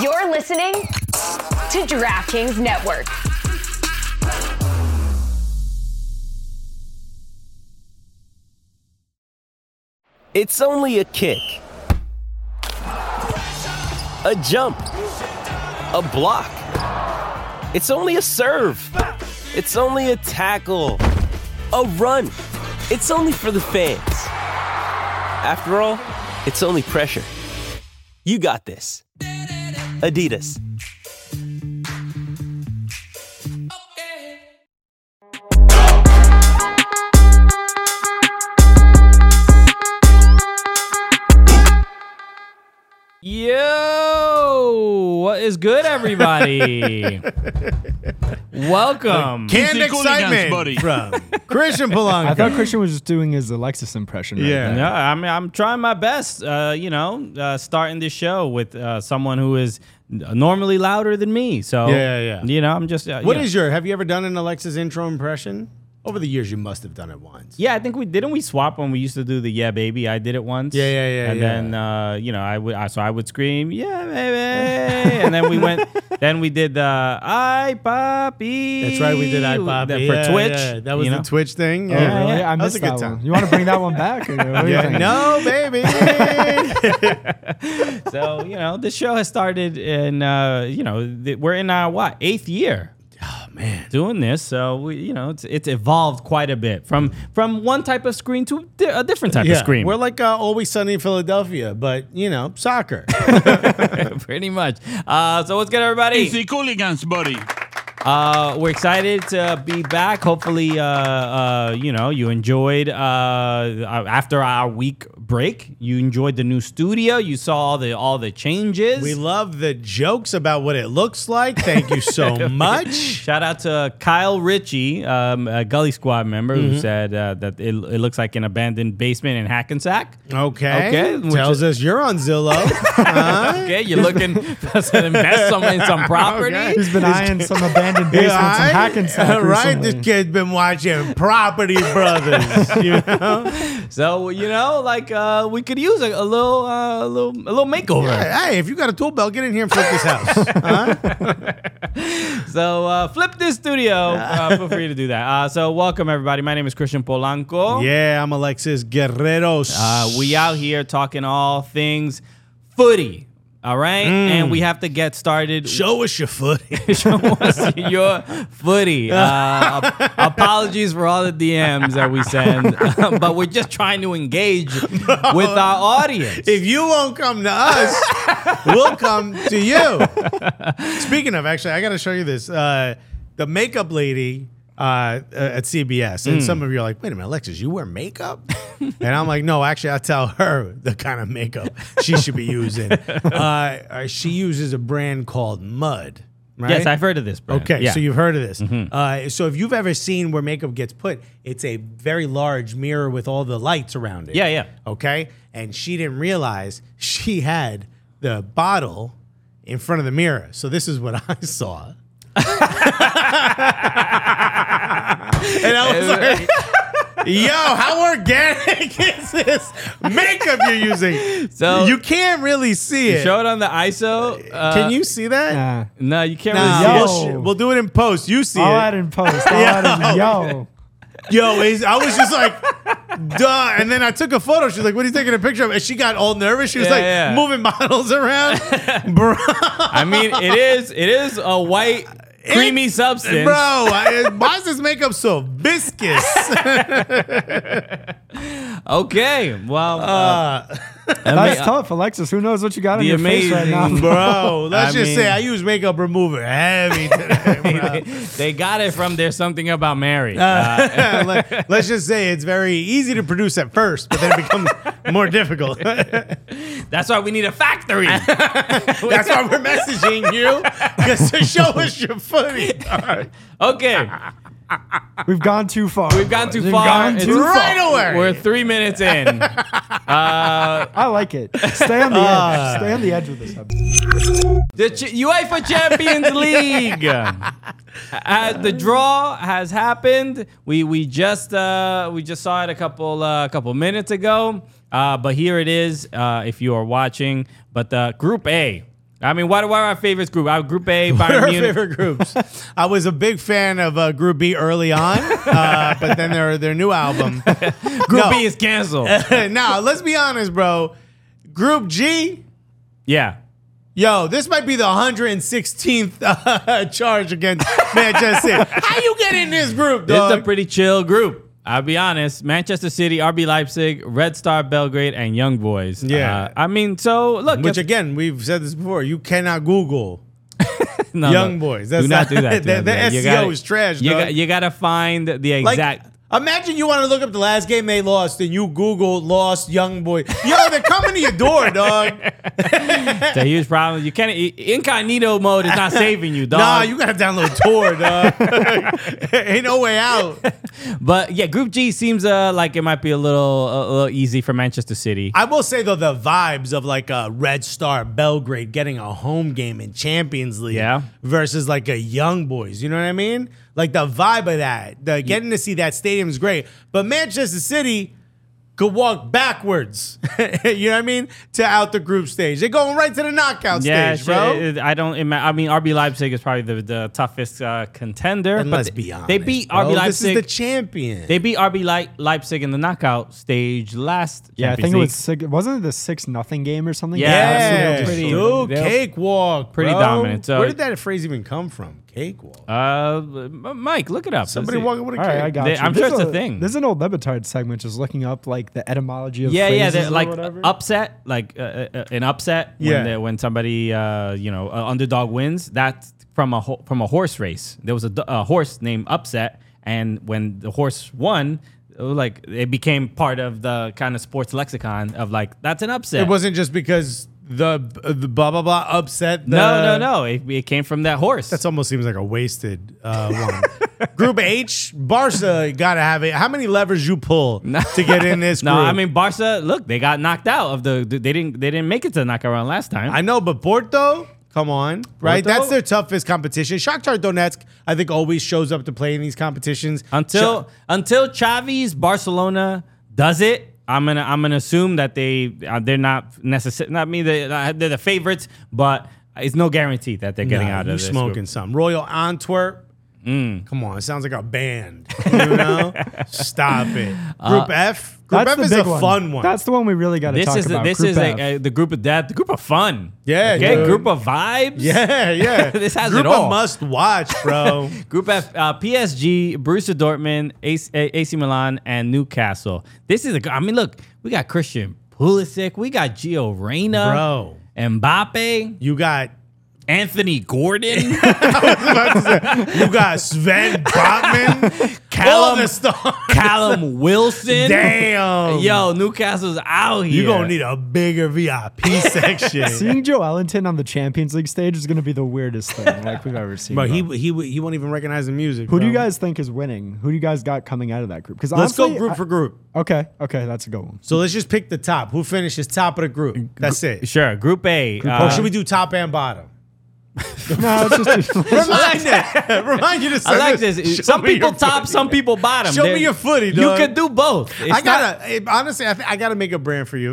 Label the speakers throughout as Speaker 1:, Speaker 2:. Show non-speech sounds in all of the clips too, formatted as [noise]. Speaker 1: You're listening to DraftKings Network.
Speaker 2: It's only a kick, a jump, a block. It's only a serve. It's only a tackle, a run. It's only for the fans. After all, it's only pressure. You got this. Adidas.
Speaker 3: Yo, what is good,
Speaker 4: [laughs]
Speaker 3: everybody? Welcome.
Speaker 4: Canned
Speaker 5: Cooligans,
Speaker 4: excitement
Speaker 5: buddy.
Speaker 4: from Christian Polanco.
Speaker 6: I thought Christian was just doing his Alexis impression. Right
Speaker 4: Yeah.
Speaker 6: yeah.
Speaker 3: No, I mean, I'm trying my best, uh, you know, uh, starting this show with uh, someone who is n- normally louder than me. So,
Speaker 4: Yeah, yeah, yeah.
Speaker 3: you know, I'm just. Uh,
Speaker 4: What
Speaker 3: you know.
Speaker 4: is your? Have you ever done an Alexis intro impression? Over the years, you must have done it once.
Speaker 3: Yeah, I think we didn't we swap when we used to do the yeah baby. I did it once.
Speaker 4: Yeah, yeah, yeah,
Speaker 3: And
Speaker 4: yeah.
Speaker 3: then uh, you know I would I, so I would scream yeah baby, and then we
Speaker 4: [laughs]
Speaker 3: went. Then we did uh, I poppy.
Speaker 4: That's right. We did I Bob
Speaker 3: that-
Speaker 4: yeah,
Speaker 3: for Twitch.
Speaker 4: yeah. That was
Speaker 3: you
Speaker 4: the
Speaker 3: know?
Speaker 4: Twitch thing.
Speaker 6: Oh,
Speaker 4: Yeah.
Speaker 6: really? I
Speaker 4: That was
Speaker 6: missed
Speaker 4: a
Speaker 6: that,
Speaker 4: good time.
Speaker 6: one. You want to bring that one back? Or what do you
Speaker 4: Yeah. No,
Speaker 6: think?
Speaker 4: baby.
Speaker 3: So you know this show has started, and uh, you know th- we're in our what eighth year. Oh man, doing this. So we you know it's it's evolved quite a bit from from one type of screen to di- a different type of
Speaker 4: yeah.
Speaker 3: screen.
Speaker 4: We're like uh, always sunny in Philadelphia, but you know, soccer.
Speaker 3: [laughs] pretty much. Uh, so what's good, everybody?
Speaker 5: It's the Cooligans, buddy.
Speaker 3: Uh, we're excited to be back. Hopefully, uh, uh, you know, you enjoyed uh, after our week break. You enjoyed the new studio. You saw all the all the changes.
Speaker 4: we love the jokes about what it looks like. Thank you so much.
Speaker 3: Shout out to Kyle Ritchie, um, a Gully Squad member, who said uh, that it, it looks like an abandoned basement in Hackensack.
Speaker 4: Okay.
Speaker 3: Okay, which
Speaker 4: Tells us you're on Zillow. Huh?
Speaker 3: Okay, you're looking to invest some, in some property.
Speaker 6: He's been eyeing some abandoned
Speaker 4: Yeah,
Speaker 6: basements in
Speaker 4: right?
Speaker 6: [laughs]
Speaker 4: [laughs]
Speaker 6: Hackensack.
Speaker 4: right?
Speaker 6: recently.
Speaker 4: This kid's been watching Property Brothers. you [laughs] know?
Speaker 3: So you know, like uh, we could use a, a little, uh, a little, a little makeover.
Speaker 4: Hey, if you got a tool belt, get in here and flip this house.
Speaker 3: So uh, flip this studio. Uh, feel free to do that. Uh, so welcome everybody. My name is Christian Polanco.
Speaker 4: [laughs] yeah, I'm Alexis Guerreros.
Speaker 3: Uh, we out here talking all things footy. All right, and we have to get started.
Speaker 4: Show us your footy.
Speaker 3: Show [laughs] us your footy. Uh, ap- apologies for all the DMs that we send, [laughs] but we're just trying to engage with our audience.
Speaker 4: if you won't come to
Speaker 3: [laughs]
Speaker 4: us, we'll come to you. Speaking of, actually, I got to show you this. Uh, the makeup lady uh, at CBS,
Speaker 3: Mm.
Speaker 4: and some of you are like, wait a minute, Alexis, you wear makeup? and I'm like, no, actually, I tell her the kind of makeup she should
Speaker 3: [laughs]
Speaker 4: be using. Uh, uh, she uses a brand called Mud. Right?
Speaker 3: Yes, I've heard of this. Brand.
Speaker 4: Okay,
Speaker 3: Yeah. Mm-hmm.
Speaker 4: so you've heard of this. Uh, so if you've ever seen where makeup gets put, it's a very large mirror with all the lights around it.
Speaker 3: Yeah, yeah.
Speaker 4: Okay, and she didn't realize she had the bottle in front of the mirror. So this is what [laughs] I saw. and I was like, "Yo, how organic [laughs] is this makeup you're using?
Speaker 3: So-
Speaker 4: you can't really see it.
Speaker 3: Show it on the ISO. Uh,
Speaker 4: Can you see that?
Speaker 6: Nah.
Speaker 3: No, you can't
Speaker 4: Nah,
Speaker 3: really see
Speaker 6: Yo.
Speaker 3: it.
Speaker 4: we'll, sh- we'll do it in post. You see
Speaker 6: I'll
Speaker 4: it.
Speaker 6: add in post. [laughs] I'll add in, yo.
Speaker 4: Yo, is- I was just like, duh. And then I took a photo. She's like, what are you taking a picture of? And she got all nervous. She was
Speaker 3: Yeah,
Speaker 4: like
Speaker 3: yeah.
Speaker 4: moving [laughs]
Speaker 3: [laughs]
Speaker 4: bottles around. bro,
Speaker 3: I mean, it is it is a white creamy
Speaker 4: It's-
Speaker 3: substance.
Speaker 4: bro I, why is this makeup so viscous?
Speaker 3: [laughs] Okay, well, uh,
Speaker 4: Uh,
Speaker 3: I mean,
Speaker 6: That's tough, Alexis. Who knows what you got
Speaker 3: The
Speaker 6: in your face right
Speaker 3: amazing-
Speaker 6: now?
Speaker 4: bro,
Speaker 3: [laughs]
Speaker 4: let's
Speaker 3: I
Speaker 4: just
Speaker 3: mean-
Speaker 4: say I use makeup remover heavy today,
Speaker 3: [laughs]
Speaker 4: bro. [laughs]
Speaker 3: they got it from there's something about Mary.
Speaker 4: Uh, let, us just say it's very easy to produce at first, but then it becomes more difficult. [laughs] That's
Speaker 3: That's why we need a factory.
Speaker 4: why we're messaging you because to show us your footy. All right.
Speaker 3: okay,
Speaker 6: We've gone too far.
Speaker 3: we've gone too
Speaker 6: We've
Speaker 3: far.
Speaker 6: gone
Speaker 3: It's-
Speaker 6: too
Speaker 3: [laughs]
Speaker 6: far.
Speaker 4: Right away.
Speaker 3: We're three minutes in.
Speaker 6: I like it. Stay on the
Speaker 3: Uh,
Speaker 6: edge. Stay on the edge with this. episode.
Speaker 3: [laughs] The Ch- UEFA Champions
Speaker 4: [laughs]
Speaker 3: League. Uh, the draw has happened. We we just uh, we just saw it a couple uh, a couple minutes ago. Uh, but here it is. Uh, if you are watching, but uh, Group A. I mean, what, what are our favorites group? Our group A,
Speaker 4: What
Speaker 3: Bayern
Speaker 4: are our
Speaker 3: Munich.
Speaker 4: favorite groups? I was a big fan of uh, Group B early on, uh, but then their their new album. [laughs]
Speaker 3: Group
Speaker 4: No.
Speaker 3: B is canceled.
Speaker 4: now, let's be honest, bro. Group G,
Speaker 3: [laughs] yeah.
Speaker 4: yo, this might be the 116th uh, [laughs] charge against Manchester. City. How you get in this group,
Speaker 3: This
Speaker 4: dog?
Speaker 3: is a pretty chill group. I'll be honest. Manchester City, RB Leipzig, Red Star Belgrade, and Young Boys.
Speaker 4: Yeah.
Speaker 3: Uh, I mean, so look.
Speaker 4: Which
Speaker 3: if-
Speaker 4: again, we've said this before. You cannot Google
Speaker 3: [laughs] no,
Speaker 4: Young
Speaker 3: no.
Speaker 4: Boys. That's
Speaker 3: do not do that. to
Speaker 4: [laughs] that,
Speaker 3: them, man.
Speaker 4: that
Speaker 3: You
Speaker 4: SEO
Speaker 3: gotta-
Speaker 4: is trash.
Speaker 3: You,
Speaker 4: dog.
Speaker 3: got, you gotta find the
Speaker 4: Like,
Speaker 3: exact.
Speaker 4: [laughs] imagine you want to look up the last game they lost, and you Google "lost young boy." Yo, they're coming to your door, dog.
Speaker 3: it's a huge problem. You can't. Incognito mode is
Speaker 4: [laughs]
Speaker 3: not saving you, dog.
Speaker 4: Nah, you gotta download Tor, dog. [laughs] Ain't no way out.
Speaker 3: But yeah, Group G seems uh, like it might be a little a, little easy for Manchester City.
Speaker 4: I will say though, the vibes of like a Red Star Belgrade getting a home game in Champions League
Speaker 3: Yeah.
Speaker 4: versus like a Young Boys, you know what I mean? Like the vibe of that, the getting to see that stadium is great. But Manchester City could walk backwards, [laughs] you know what I mean, to out the group stage. They're going right to the knockout
Speaker 3: yeah,
Speaker 4: stage, bro.
Speaker 3: shit, it- I don't. ima- I mean, RB Leipzig is probably the, the toughest uh, contender.
Speaker 4: and
Speaker 3: but
Speaker 4: let's
Speaker 3: they-
Speaker 4: be honest,
Speaker 3: They beat
Speaker 4: bro.
Speaker 3: RB
Speaker 4: This is
Speaker 3: Leipzig.
Speaker 4: the champion.
Speaker 3: they beat RB Lei- Leipzig in the knockout stage last.
Speaker 6: Yeah, I
Speaker 3: Champions
Speaker 6: think it
Speaker 3: League.
Speaker 6: was six, wasn't it the six nothing game or something?
Speaker 3: Yeah,
Speaker 4: yeah,
Speaker 6: Arsenal just-
Speaker 3: pretty-
Speaker 4: dude,
Speaker 3: they'll-
Speaker 4: cakewalk,
Speaker 3: pretty
Speaker 4: bro.
Speaker 3: dominant, so-
Speaker 4: Where did that phrase even come from? Cakewalk.
Speaker 3: Uh, M- Mike, look it up.
Speaker 4: Somebody
Speaker 3: Let's see.
Speaker 4: walking with a
Speaker 6: All right,
Speaker 4: cake.
Speaker 6: I got
Speaker 3: They-
Speaker 6: you.
Speaker 3: I'm sure
Speaker 6: There's
Speaker 3: it's a thing.
Speaker 6: There's an old Levitard segment just looking up like the etymology of
Speaker 3: Yeah, yeah,
Speaker 6: phrases
Speaker 3: they're
Speaker 6: or
Speaker 3: like
Speaker 6: whatever.
Speaker 3: upset, like uh, uh, an upset.
Speaker 4: Yeah.
Speaker 3: When, they- when somebody, uh, you know, uh, underdog wins. That's from a ho- from a horse race. There was a, do- a horse named Upset, and when the horse won, it was like it became part of the kind of sports lexicon of like that's an upset.
Speaker 4: It wasn't just because the the blah blah blah upset. The,
Speaker 3: no, no,
Speaker 6: uh,
Speaker 3: no. It, it came from that horse.
Speaker 4: That almost seems like a wasted uh, one. [laughs] group H, Barca gotta have it. How many levers
Speaker 3: [laughs]
Speaker 4: you pull to get in this?
Speaker 3: no,
Speaker 4: group?
Speaker 3: I mean Barca. Look, they got knocked out of the. They didn't. They didn't make it to the knockout round last time.
Speaker 4: I know, but Porto. Come on, right?
Speaker 3: Porto?
Speaker 4: That's their toughest competition. Shakhtar Donetsk, I think, always shows up to play in these competitions.
Speaker 3: until
Speaker 4: Sha-
Speaker 3: until Chavi's Barcelona does it. I'm gonna I'm gonna assume that they uh, they're not necessary. Not me. They, uh, they're the favorites, but it's no guarantee that they're getting
Speaker 4: Nah,
Speaker 3: out of
Speaker 4: you
Speaker 3: this.
Speaker 4: smoking
Speaker 3: group. Mm.
Speaker 4: some Royal Antwerp. Come on, it sounds like a band. [laughs] You know, stop it. Group F. Group
Speaker 6: Uh, That's
Speaker 4: F
Speaker 6: the
Speaker 4: is
Speaker 6: big
Speaker 4: a fun one.
Speaker 6: That's the one we really got to
Speaker 3: This
Speaker 6: talk
Speaker 3: is
Speaker 6: about.
Speaker 3: this
Speaker 6: Group
Speaker 3: is
Speaker 6: F.
Speaker 3: a, uh the group of death, the group of fun.
Speaker 4: Yeah,
Speaker 3: okay,
Speaker 4: dude.
Speaker 3: group of vibes.
Speaker 4: [laughs] Yeah,
Speaker 6: [laughs]
Speaker 4: yeah.
Speaker 3: This has
Speaker 4: Group
Speaker 3: it all.
Speaker 4: A must watch, bro.
Speaker 3: Group F, uh, PSG, Borussia Dortmund, AC, A- AC Milan, and Newcastle. This is a. gr- I mean, look, we got Christian Pulisic, we got Gio
Speaker 6: Uh.
Speaker 3: Reyna,
Speaker 4: Bro.
Speaker 3: Mbappe,
Speaker 4: you got
Speaker 3: Anthony Gordon. [laughs]
Speaker 4: you got Sven
Speaker 6: [laughs]
Speaker 4: Botman,
Speaker 3: Callum-
Speaker 4: Callum
Speaker 6: um,
Speaker 4: the star. [laughs]
Speaker 3: Callum Wilson.
Speaker 4: Damn.
Speaker 3: Yo, Newcastle's out here.
Speaker 4: You're gonna need a bigger VIP
Speaker 6: [laughs]
Speaker 4: section.
Speaker 6: Seeing Joe Ellington on the Champions League stage is going to be the weirdest
Speaker 3: [laughs]
Speaker 6: thing like we've ever seen.
Speaker 4: Bro,
Speaker 6: bro.
Speaker 4: he, he he won't even recognize the music.
Speaker 6: Who do
Speaker 4: bro.
Speaker 6: you guys think is winning? Who do you guys got coming out of that group? Because
Speaker 4: Let's go group for group.
Speaker 6: Okay, okay, that's a good one.
Speaker 4: So let's just pick the top. Who finishes top of the group? That's it.
Speaker 3: Sure, Group A.
Speaker 4: Or
Speaker 3: uh,
Speaker 4: should we do top
Speaker 3: [laughs]
Speaker 4: and bottom?
Speaker 6: no, it's just
Speaker 4: Remind you, remind you to
Speaker 3: I
Speaker 4: send
Speaker 3: like this.
Speaker 4: Show
Speaker 3: Some
Speaker 4: me [laughs]
Speaker 3: people
Speaker 4: your
Speaker 3: top,
Speaker 4: footy.
Speaker 3: some people bottom.
Speaker 4: Show me
Speaker 3: There-
Speaker 4: your footy,
Speaker 3: You
Speaker 4: dog.
Speaker 3: can do both.
Speaker 4: I
Speaker 3: It's not-
Speaker 4: gotta honestly. I, think I gotta make a brand for you. [laughs]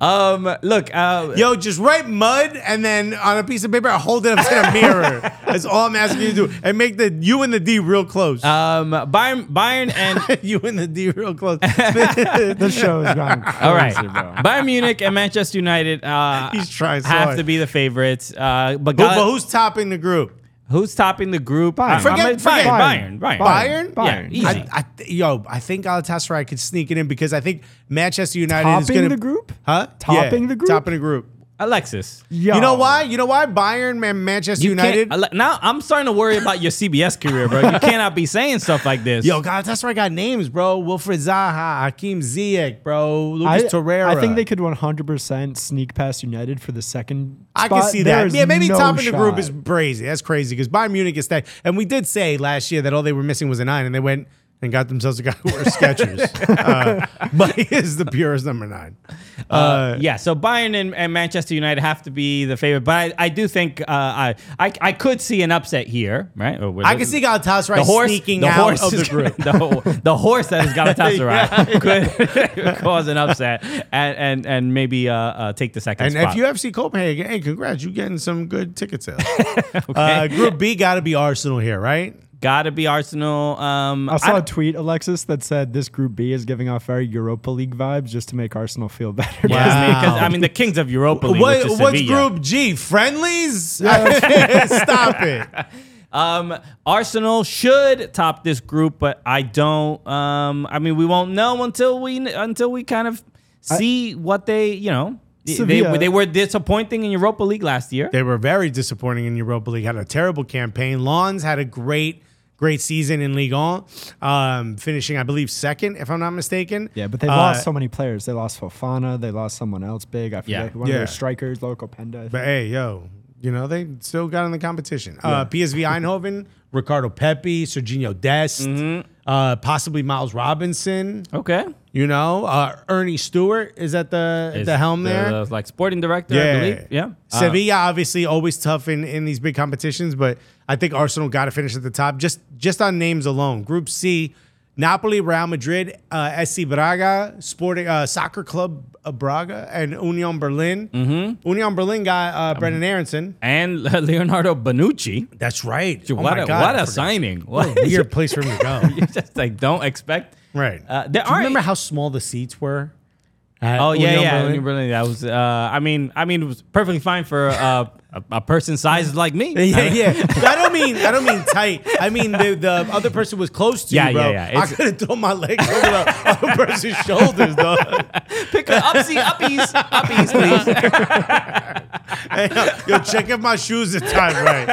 Speaker 3: um, look, uh,
Speaker 4: Yo, just write mud and then on a piece of paper, I hold it up to the
Speaker 3: [laughs]
Speaker 4: mirror. That's all I'm asking you to do. And make the U and the D real close.
Speaker 3: um, Bayern, Bayern, and
Speaker 4: [laughs] you and the D
Speaker 3: [laughs]
Speaker 4: real close.
Speaker 6: this show is going
Speaker 3: all right,
Speaker 6: crazy, bro.
Speaker 3: Bayern Munich and Manchester United. Uh,
Speaker 4: [laughs] He's trying so
Speaker 3: have
Speaker 4: hard.
Speaker 3: to be the favorites. Uh, but,
Speaker 4: But, but
Speaker 3: Gal-
Speaker 4: who's topping the group?
Speaker 3: who's topping the group?
Speaker 6: Bayern.
Speaker 3: I'm-
Speaker 6: Forget-
Speaker 3: I'm-
Speaker 4: forget
Speaker 3: Bayern, Bayern,
Speaker 4: Bayern?
Speaker 3: Yeah, easy.
Speaker 4: I, I th- yo, I think Galatasaray could sneak it in because I think Manchester United is
Speaker 6: Topping
Speaker 4: going
Speaker 6: the group?
Speaker 4: Huh?
Speaker 6: Topping the group?
Speaker 4: Topping the group.
Speaker 3: Alexis.
Speaker 6: Yo.
Speaker 4: You know why? You know why Bayern and Manchester
Speaker 3: You can't-
Speaker 4: United?
Speaker 3: Ale- now I'm starting to worry about your CBS career, bro.
Speaker 4: [laughs]
Speaker 3: You cannot be saying stuff like this.
Speaker 4: Yo, Galatasaray got names, bro. Wilfred Zaha, Hakim Ziyech, bro. Lucas Torreira.
Speaker 6: I think they could 100% sneak past United for the second.
Speaker 4: I can
Speaker 6: spot.
Speaker 4: see
Speaker 6: There
Speaker 4: that.
Speaker 6: is
Speaker 4: Yeah, maybe
Speaker 6: no
Speaker 4: top in the group
Speaker 6: shot.
Speaker 4: is crazy. That's crazy because Bayern Munich is stacked. And we did say last year that all they were missing was a nine, and they went and got themselves a guy who wears Skechers. uh, but he is the purest number nine.
Speaker 3: Uh, yeah, so Bayern and, and Manchester United have to be the favorite, but I, I do think uh, I, I I could see an upset here, right? Or we're
Speaker 4: I can
Speaker 3: looking-
Speaker 4: see Galatasaray
Speaker 3: the horse,
Speaker 4: sneaking
Speaker 3: the
Speaker 4: out
Speaker 3: horse
Speaker 4: of the
Speaker 3: is
Speaker 4: group.
Speaker 3: gonna- [laughs] the, ho- the horse that has
Speaker 4: [laughs]
Speaker 3: Galatasaray could [laughs] cause an upset and and, and maybe uh, uh, take the second
Speaker 4: And
Speaker 3: spot.
Speaker 4: if UFC Copenhagen, hey, congrats, you getting some good ticket sales. uh, group B got to be Arsenal here, right?
Speaker 3: Gotta be Arsenal. Um,
Speaker 6: I
Speaker 3: I
Speaker 6: saw a
Speaker 3: don't-
Speaker 6: tweet, Alexis, that said this Group B is giving off very Europa League vibes just to make Arsenal feel [laughs] better.
Speaker 3: yeah, I mean, 'cause,
Speaker 4: Wow.
Speaker 3: I mean, the kings of Europa League.
Speaker 4: What,
Speaker 3: which is
Speaker 4: what's
Speaker 3: Sevilla.
Speaker 4: Group G? Friendlies? [laughs] Stop it.
Speaker 3: Um, Arsenal should top this group, but I don't. Um, I mean, we won't know until we until we kind of see what they you know. they- They,
Speaker 6: Sevilla.
Speaker 3: they were disappointing in Europa League last year.
Speaker 4: They were very disappointing in Europa League. Had a terrible campaign. Lons had a great, great season in Ligue 1, um, finishing, I believe, second, if I'm not mistaken.
Speaker 6: Yeah, but they
Speaker 4: Uh,
Speaker 6: lost so many players. They lost Fofana. They lost someone else big. I forget
Speaker 3: Yeah.
Speaker 6: who. One of
Speaker 4: Yeah.
Speaker 6: their strikers, local Penda.
Speaker 4: But hey, yo, you know, they still got in the competition. Uh,
Speaker 6: [laughs]
Speaker 4: PSV Eindhoven, Ricardo Pepi, Serginho Dest,
Speaker 6: Mm-hmm.
Speaker 4: uh, possibly Miles Robinson.
Speaker 3: Okay,
Speaker 4: You know, uh, Ernie Stewart is at the the helm there.
Speaker 3: the, like sporting director, I believe. Yeah, Uh,
Speaker 4: Sevilla obviously always tough in, in these big competitions, but I think Arsenal got to finish at the top just just on names alone. Group C, Napoli, Real Madrid, uh, SC Braga, Sporting uh, Soccer Club uh, Braga, and Union Berlin. Mm-hmm. Union Berlin got uh, Brendan Aronson.
Speaker 3: and [laughs] Leonardo Bonucci.
Speaker 4: That's right. Oh
Speaker 3: what a what a signing! [laughs] What
Speaker 4: Weird place for him to go.
Speaker 3: you just like don't expect.
Speaker 4: right.
Speaker 3: Uh, there
Speaker 4: Do you
Speaker 3: are-
Speaker 4: remember how small the seats were? at
Speaker 3: Oh yeah,
Speaker 4: Union
Speaker 3: yeah.
Speaker 4: Berlin?
Speaker 3: Union Berlin, That was. Uh, I mean, I mean, it was perfectly fine for uh, a, a person sized like me.
Speaker 4: [laughs] Yeah, yeah. I don't mean I don't mean tight. I mean the, the other person was close to
Speaker 3: Yeah,
Speaker 4: you, bro.
Speaker 3: yeah, yeah. It's-
Speaker 4: I could have thrown my legs over the other person's shoulders, though.
Speaker 3: Pick up upsie uppies [laughs] uppies, please.
Speaker 4: Hey, yo, check if my shoes are tied right.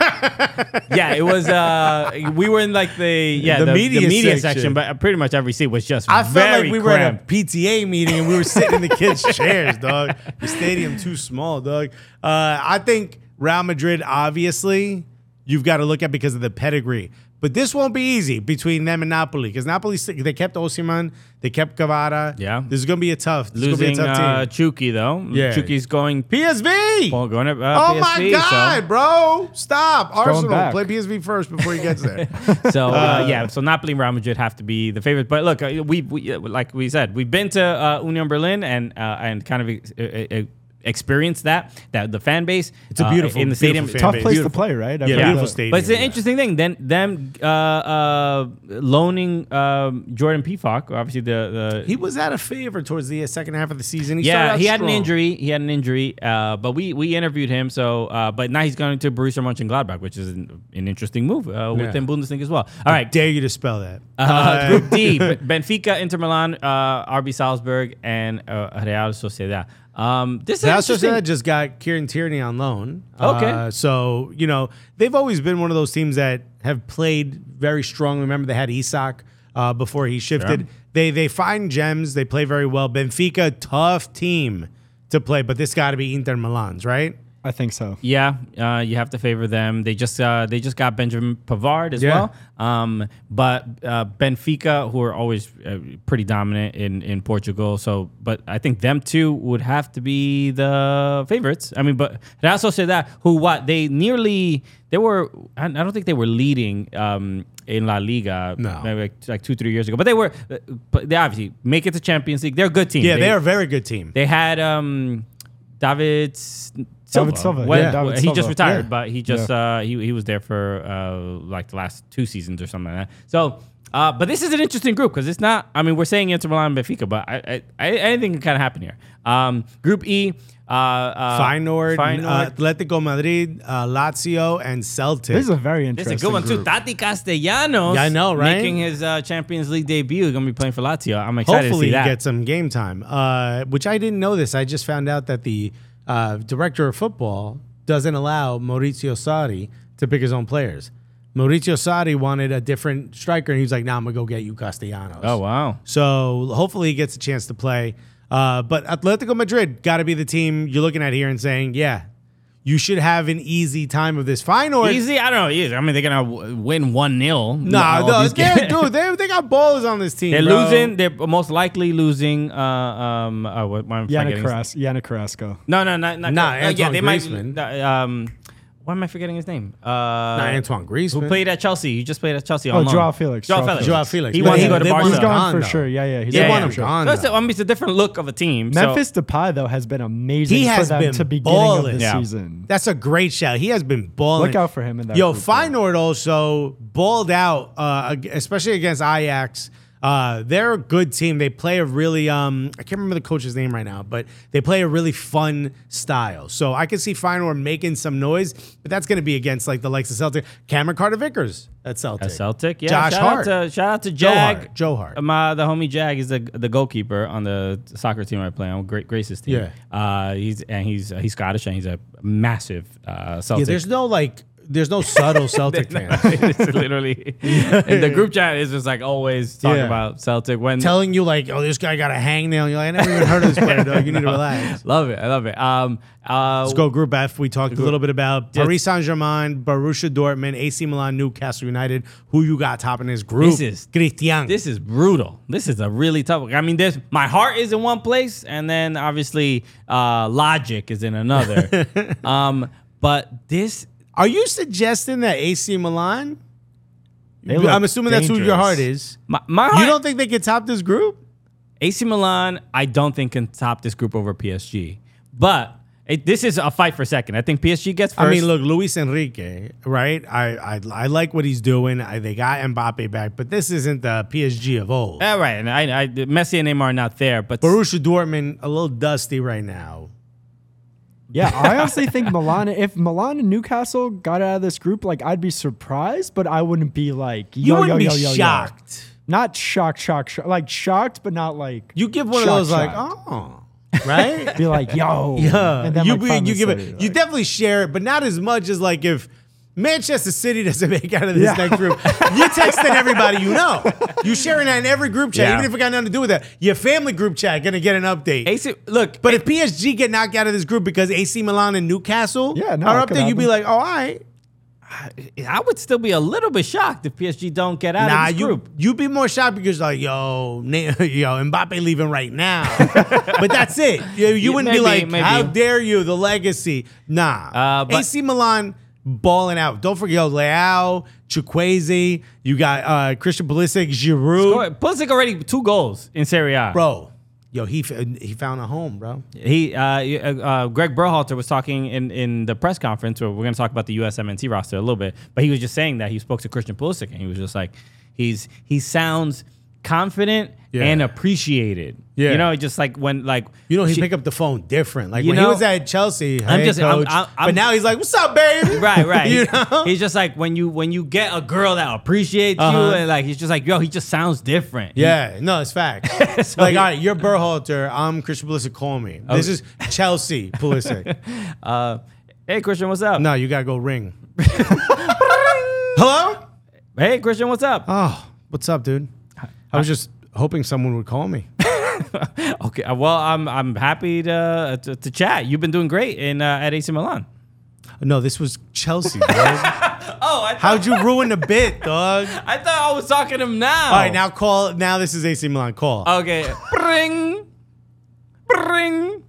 Speaker 3: yeah, it was. Uh, we were in like the yeah the,
Speaker 4: The
Speaker 3: the media,
Speaker 4: media
Speaker 3: section.
Speaker 4: section.
Speaker 3: but pretty much every seat was just
Speaker 4: I felt
Speaker 3: very
Speaker 4: like we were
Speaker 3: cramped.
Speaker 4: at a PTA meeting and we were sitting in
Speaker 3: [laughs]
Speaker 4: the kids' chairs, dog. The stadium too small, dog. Uh, I think Real Madrid, obviously, you've got to look at because of the pedigree. But this won't be easy between them and Napoli because Napoli they kept Osimhen, they kept Cavada.
Speaker 3: Yeah.
Speaker 4: this is gonna be a tough, this is gonna be a
Speaker 3: losing
Speaker 4: tough team.
Speaker 3: uh, Chucky though.
Speaker 4: Yeah.
Speaker 3: Chucky's going.
Speaker 4: [laughs] PSV.
Speaker 3: Well, going to, uh,
Speaker 4: oh
Speaker 3: PSV,
Speaker 4: my God,
Speaker 3: so-
Speaker 4: bro! Stop, Arsenal.
Speaker 6: back.
Speaker 4: Play PSV first before he
Speaker 3: [laughs]
Speaker 4: gets there.
Speaker 3: So uh, yeah, so Napoli and Real Madrid have to be the favorites. But look, uh, we, we uh, like we said, we've been to uh, Union Berlin and uh, and kind of ex- uh, uh, experienced that that the fan base. It's
Speaker 4: a beautiful-
Speaker 3: in the stadium.
Speaker 4: beautiful fan
Speaker 6: Tough
Speaker 4: base.
Speaker 6: place
Speaker 4: Beautiful.
Speaker 6: to play, right? I uh,
Speaker 4: Yeah,
Speaker 6: read
Speaker 4: beautiful
Speaker 6: that.
Speaker 4: stadium.
Speaker 3: But it's an
Speaker 4: yeah.
Speaker 3: interesting thing. Then them uh, uh, loaning um, Jordan Pifok, obviously the, the
Speaker 4: He was out of favor towards the uh, second half of the season. He started
Speaker 3: yeah,
Speaker 4: out
Speaker 3: he had an
Speaker 4: strong.
Speaker 3: injury. He had an injury, uh, but we we interviewed him. So, uh, but now he's going to Borussia Mönchengladbach, which is an, an interesting move uh, within Bundesliga as well. All right,
Speaker 4: Dare you to spell that?
Speaker 3: uh, Group
Speaker 4: [laughs]
Speaker 3: D: Benfica, Inter Milan, uh, RB Salzburg, and uh, Real Sociedad. Um, this is
Speaker 4: Real Sociedad
Speaker 3: interesting.
Speaker 4: just got Kieran Tierney on loan.
Speaker 3: Okay.
Speaker 4: Uh, so, you know, they've always been one of those teams that have played very strong. Remember, they had Isak uh, before he shifted. They they find gems. They play very well. Benfica, tough team to play, but this got to be Inter Milan's, right?
Speaker 6: I think so.
Speaker 3: Yeah, uh, you have to favor them. They just uh, they just got Benjamin Pavard as
Speaker 4: Yeah.
Speaker 3: well. Um, but uh, Benfica, who are always uh, pretty dominant in, in Portugal, so but I think them two would have to be the favorites. I mean, but Real Sociedad, who what they nearly they were. I I don't think they were leading um, in La Liga.
Speaker 4: No.
Speaker 3: maybe like, like two three years ago. But they were. uh, But they obviously make it to Champions League. They're a good team.
Speaker 4: Yeah, they, are a very good team.
Speaker 3: They had um, David S- Silva.
Speaker 6: David Silva,
Speaker 3: When-
Speaker 6: yeah, David
Speaker 3: he just
Speaker 6: Silva,
Speaker 3: retired,
Speaker 6: yeah.
Speaker 3: but he just uh, he he was there for uh, like the last two seasons or something like that. So. Uh, but this is an interesting group because it's not. I mean, we're saying Inter Milan and Benfica, but I, I, I anything can kind of happen here. Um, group E, uh, uh,
Speaker 4: Feyenoord,
Speaker 3: Feyenoord.
Speaker 4: Uh, Atletico Madrid, uh, Lazio, and Celtic.
Speaker 6: This is a very
Speaker 3: this
Speaker 6: interesting.
Speaker 3: is a good one too.
Speaker 6: group.
Speaker 3: Tati Castellanos,
Speaker 4: Yeah, I know, right?
Speaker 3: Making his uh, Champions League debut, going to be playing for Lazio. I'm excited to see
Speaker 4: Hopefully, he
Speaker 3: that.
Speaker 4: gets some game time, uh, which I didn't know this. I just found out that the uh, director of football doesn't allow Maurizio Sarri to pick his own players. Maurizio Sarri wanted a different striker, and he was like, "Now nah, I'm gonna go get you Castellanos."
Speaker 3: oh wow,
Speaker 4: So hopefully he gets a chance to play. Uh, but Atletico Madrid got to be the team you're looking at here and saying, yeah, you should have an easy time of this final. And-
Speaker 3: Easy? I don't know. Easy. I mean, they're gonna w- win one 0
Speaker 4: Nah, no, they dude, they, they got ballers on this team.
Speaker 3: They're
Speaker 4: bro.
Speaker 3: losing. They're most likely losing. Uh, um, uh, what, why am I
Speaker 6: Yana,
Speaker 3: forgetting his-
Speaker 6: Carras- Yana Carrasco.
Speaker 3: No, no, not, not
Speaker 4: Nah,
Speaker 3: uh, yeah,
Speaker 4: Antoine
Speaker 3: they might.
Speaker 4: Griezmann.
Speaker 3: uh, um, why am I forgetting his name? Uh,
Speaker 4: Nah, Antoine Griezmann.
Speaker 3: who played at Chelsea? He just played at Chelsea.
Speaker 6: Oh,
Speaker 3: on loan.
Speaker 6: Joao Felix,
Speaker 3: Joao
Speaker 6: Joao
Speaker 3: Felix.
Speaker 4: Joao Felix.
Speaker 3: He
Speaker 4: But
Speaker 3: wants
Speaker 4: they-
Speaker 3: to go to
Speaker 4: they want
Speaker 6: He's
Speaker 4: him
Speaker 3: Barcelona.
Speaker 6: gone for
Speaker 4: though.
Speaker 6: sure. Yeah, yeah. He's
Speaker 4: They
Speaker 3: Yeah,
Speaker 6: gone
Speaker 4: want
Speaker 3: yeah.
Speaker 6: for
Speaker 4: him
Speaker 6: sure.
Speaker 4: gone.
Speaker 3: So it's-
Speaker 4: though.
Speaker 3: I mean, it's a different look of a team. so-
Speaker 6: Memphis Depay though has been amazing
Speaker 4: He has
Speaker 6: for them
Speaker 4: been
Speaker 6: to beginning of
Speaker 4: balling.
Speaker 6: the
Speaker 3: Yeah.
Speaker 6: season.
Speaker 4: That's a great shout. He has been balling.
Speaker 6: Look out for him in that
Speaker 4: Yo,
Speaker 6: group,
Speaker 4: Feyenoord also balled out, uh, ag- especially against Ajax. Uh, they're a good team. They play a really um, I can't remember the coach's name right now, but they play a really fun style. So I could see Feyenoord making some noise, but that's going to be against like the likes of Celtic. Cameron Carter-Vickers at Celtic.
Speaker 3: At Celtic, yeah.
Speaker 4: Josh
Speaker 3: shout
Speaker 4: Hart.
Speaker 3: Out to, shout out to Jag.
Speaker 4: Hart, Joe Hart.
Speaker 3: Uh, My, the homie Jag is the, the goalkeeper on the soccer team I play on, Great Grace's team.
Speaker 4: Yeah.
Speaker 3: Uh, he's and he's he's Scottish and he's a massive uh,
Speaker 4: yeah,
Speaker 3: Celtic.
Speaker 4: there's no like, there's no [laughs] subtle Celtic fan
Speaker 3: [laughs] it's literally in the group chat is just like always talking
Speaker 4: Yeah.
Speaker 3: about Celtic when
Speaker 4: telling you like, oh, this guy got a hangnail. You're like, I never even heard of this player, dog. You need to relax.
Speaker 3: love it. I love it. Um uh
Speaker 4: [laughs] Let's go Group F. We talked a little bit about
Speaker 3: Yes.
Speaker 4: Paris Saint Germain, Borussia Dortmund, AC Milan, Newcastle United. Who you got top in this group?
Speaker 3: This is-
Speaker 4: Christian.
Speaker 3: this is brutal. This is a really tough. I mean, this my heart is in one place, and then obviously uh, logic is in
Speaker 4: [laughs]
Speaker 3: another. um, but this
Speaker 4: Are you suggesting that AC Milan?
Speaker 6: They look
Speaker 4: I'm assuming that's who your
Speaker 6: dangerous.
Speaker 4: heart is.
Speaker 3: my, my heart,
Speaker 4: You don't think they could top this group?
Speaker 3: AC Milan, I don't think can top this group over PSG. But it, this is a fight for second. I think PSG gets first.
Speaker 4: I mean, look, Luis Enrique, right? I I, I like what he's doing. I, they got Mbappe back, but this isn't the PSG of old.
Speaker 3: all right, and I, I, Messi and Neymar are not there, but
Speaker 4: Borussia Dortmund a little dusty right now.
Speaker 6: Yeah, I honestly think Milan. If Milan and Newcastle got out of this group, like I'd be surprised, but I wouldn't be like
Speaker 4: You
Speaker 6: yo, yo,
Speaker 4: wouldn't
Speaker 6: yo,
Speaker 4: be
Speaker 6: yo, yo.
Speaker 4: shocked.
Speaker 6: Not shocked, shocked, shocked, like shocked, but not like
Speaker 4: You give one
Speaker 6: shocked,
Speaker 4: of those like,
Speaker 6: shocked.
Speaker 4: oh, right?
Speaker 6: [laughs] be like yo,
Speaker 4: [laughs] Yeah,
Speaker 6: and then
Speaker 4: Uh, you
Speaker 6: like,
Speaker 4: be-
Speaker 6: five
Speaker 4: you
Speaker 6: minutes
Speaker 4: give it.
Speaker 6: later,
Speaker 4: you
Speaker 6: like-
Speaker 4: definitely share it, but not as much as like if Manchester City [laughs] doesn't make out of this
Speaker 6: Yeah.
Speaker 4: next group.
Speaker 6: [laughs]
Speaker 4: You texting everybody you know. You sharing that in every group chat,
Speaker 3: Yeah.
Speaker 4: even if it got nothing to do with that. Your family group chat gonna get an update.
Speaker 3: AC, look,
Speaker 4: but if PSG get knocked out of this group because AC Milan and Newcastle
Speaker 6: Yeah, no,
Speaker 4: are
Speaker 6: it
Speaker 4: up
Speaker 6: could
Speaker 4: there, you'd be like, oh, all right.
Speaker 3: I would still be a little bit shocked if PSG don't get out
Speaker 4: Nah,
Speaker 3: of this
Speaker 4: you
Speaker 3: group.
Speaker 4: you'd be more shocked because like, yo, Na- [laughs] yo, Mbappe leaving
Speaker 3: [laughs]
Speaker 4: right now. but that's it. You, you
Speaker 3: Yeah,
Speaker 4: wouldn't
Speaker 3: maybe,
Speaker 4: be like,
Speaker 3: maybe.
Speaker 4: how dare you? The legacy. Nah.
Speaker 3: Uh, but-
Speaker 4: AC Milan balling out. Don't forget yo, Leao, Chukwueze. You got uh, Christian Pulisic, Giroud,
Speaker 3: Boy, Pulisic already two goals in Serie A.
Speaker 4: bro. Yo, he f- he found a home, bro.
Speaker 3: He, uh, uh, uh, Greg Berhalter was talking in, in the press conference where we're going to talk about the USMNT roster a little bit, but he was just saying that he spoke to Christian Pulisic and he was just like, he's he sounds confident
Speaker 4: Yeah.
Speaker 3: and appreciated.
Speaker 4: Yeah.
Speaker 3: you know, just like when like
Speaker 4: You know he
Speaker 3: she-
Speaker 4: pick up the phone different. Like
Speaker 3: You
Speaker 4: when
Speaker 3: know-
Speaker 4: he was at Chelsea,
Speaker 3: I'm
Speaker 4: hey,
Speaker 3: just- I'm-
Speaker 4: coach.
Speaker 3: I'm-
Speaker 4: but
Speaker 3: I'm-
Speaker 4: now he's like, "What's up, baby?" [laughs]
Speaker 3: Right, right. He-
Speaker 4: you know,
Speaker 3: He's just like when you when you get a girl that appreciates
Speaker 4: Uh-huh.
Speaker 3: you and like he's just like yo, he just sounds different. He-
Speaker 4: Yeah, no, it's fact. [laughs]
Speaker 3: So
Speaker 4: like,
Speaker 3: he-
Speaker 4: all right, you're Burhalter. I'm Christian Pulisic. Call me. This is Chelsea [laughs] Pulisic.
Speaker 3: uh, hey Christian, what's up?
Speaker 4: no, you gotta go [laughs] ring. Hello.
Speaker 3: Hey Christian, what's up?
Speaker 4: Oh, what's up, dude? I was just hoping someone would call me.
Speaker 3: Okay, uh, well I'm I'm happy to uh, to, to chat. You've been doing great in uh, at AC Milan.
Speaker 4: [laughs] No, this was Chelsea. [laughs] Dog.
Speaker 3: Oh, I,
Speaker 4: How'd you ruin the bit, [laughs] dog?
Speaker 3: I thought I was talking to him now.
Speaker 4: All right, now call. Now this is AC Milan.
Speaker 3: [laughs]
Speaker 4: Call.
Speaker 3: Okay. Bring. Bring.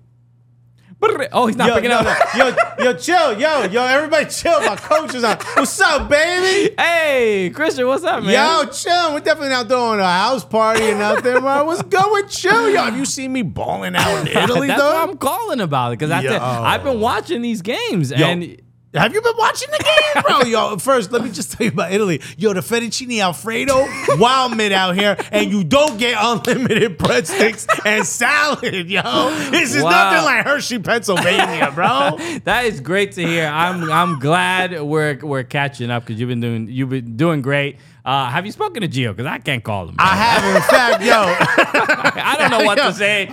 Speaker 3: Bring. Oh, he's not
Speaker 4: yo,
Speaker 3: picking
Speaker 4: no,
Speaker 3: up.
Speaker 4: no, yo, yo, chill, yo, yo, everybody, chill. My coach [laughs] is on. What's up, baby?
Speaker 3: [laughs] Hey, Christian, what's up, man?
Speaker 4: Yo, chill. We're definitely not throwing a house party and nothing. Bro. What's going chill, yo? Have you seen me
Speaker 3: [laughs]
Speaker 4: balling out in Italy,
Speaker 3: That's what
Speaker 4: though?
Speaker 3: I'm calling about because I
Speaker 4: Yo.
Speaker 3: said I've been watching these games and
Speaker 4: Have you been watching the game,
Speaker 3: [laughs]
Speaker 4: bro? Yo, first, let me just tell you about Italy. Yo, the fettuccine alfredo, wild mid out here, and you don't get unlimited breadsticks and salad, yo. This is
Speaker 3: Wow.
Speaker 4: nothing like Hershey, Pennsylvania, bro.
Speaker 3: that is great to hear. I'm I'm glad we're we're catching up because you've been doing you've been doing great. Uh, have you spoken to Gio? Because I can't call him.
Speaker 4: I have, in fact, yo,
Speaker 3: I don't know what
Speaker 4: Yo, [laughs]
Speaker 3: to say.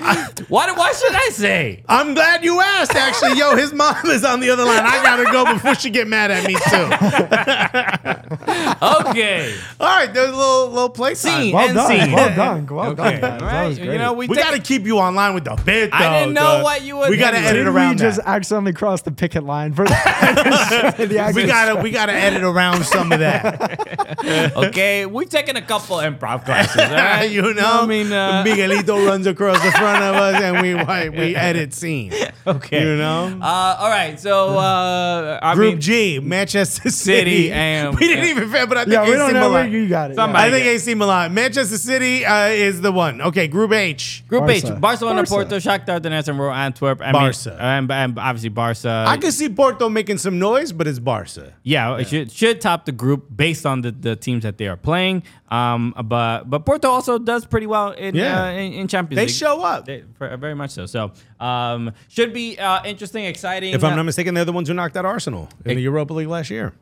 Speaker 3: What, what should I say?
Speaker 4: I'm glad you asked. Actually, yo, his mom is on the other line. I gotta go before she get mad at me too.
Speaker 3: Okay.
Speaker 4: [laughs] All right, there's a little little play sign.
Speaker 3: See,
Speaker 6: Well
Speaker 3: NC.
Speaker 6: done.
Speaker 4: [laughs]
Speaker 6: Well done. Well done.
Speaker 3: All
Speaker 6: That was
Speaker 3: right.
Speaker 6: great.
Speaker 3: You know, [laughs] we,
Speaker 4: We
Speaker 3: take-
Speaker 4: gotta keep you online with the bit. Though,
Speaker 3: I didn't know
Speaker 4: the-
Speaker 3: what you were
Speaker 4: We gotta
Speaker 3: doing.
Speaker 4: edit
Speaker 6: Did we
Speaker 4: around
Speaker 6: just
Speaker 4: that.
Speaker 6: accidentally cross the [laughs] picket line?
Speaker 4: [laughs]
Speaker 6: For the
Speaker 4: we gotta we gotta edit around some of that.
Speaker 3: [laughs]
Speaker 4: [laughs]
Speaker 3: okay, we've taken a couple improv classes. All
Speaker 4: [laughs]
Speaker 3: right?
Speaker 4: you know,
Speaker 3: I mean, uh,
Speaker 4: Miguelito runs across the front of us, and we we edit scene.
Speaker 3: okay.
Speaker 4: You know.
Speaker 3: Uh, all right, so uh, I
Speaker 4: Group
Speaker 3: mean,
Speaker 4: G, Manchester City,
Speaker 3: City and-
Speaker 4: [laughs] we didn't even fit, but I think
Speaker 6: Yeah, we
Speaker 4: AC
Speaker 6: don't know. where
Speaker 4: Milan.
Speaker 6: You got it. yeah.
Speaker 3: Somebody.
Speaker 4: I think AC Milan, Manchester City uh, is the one. Okay, Group H.
Speaker 3: Group
Speaker 6: Barca.
Speaker 3: H: Barcelona,
Speaker 6: Barca.
Speaker 3: Porto, Shakhtar Donetsk, and Royal Antwerp. I mean,
Speaker 4: Barca.
Speaker 3: and, and obviously Barca.
Speaker 4: I can see Porto making some noise, but it's Barca.
Speaker 3: yeah, it should should top the group based on the, the teams that they are playing. Um, but but Porto also does pretty well in
Speaker 4: Yeah.
Speaker 3: uh, in, in Champions
Speaker 4: They
Speaker 3: League.
Speaker 4: show up.
Speaker 3: They- ver- very much so. So um, should be uh, interesting, exciting.
Speaker 4: if I'm not mistaken, they're the ones who knocked out Arsenal in the Europa League last year.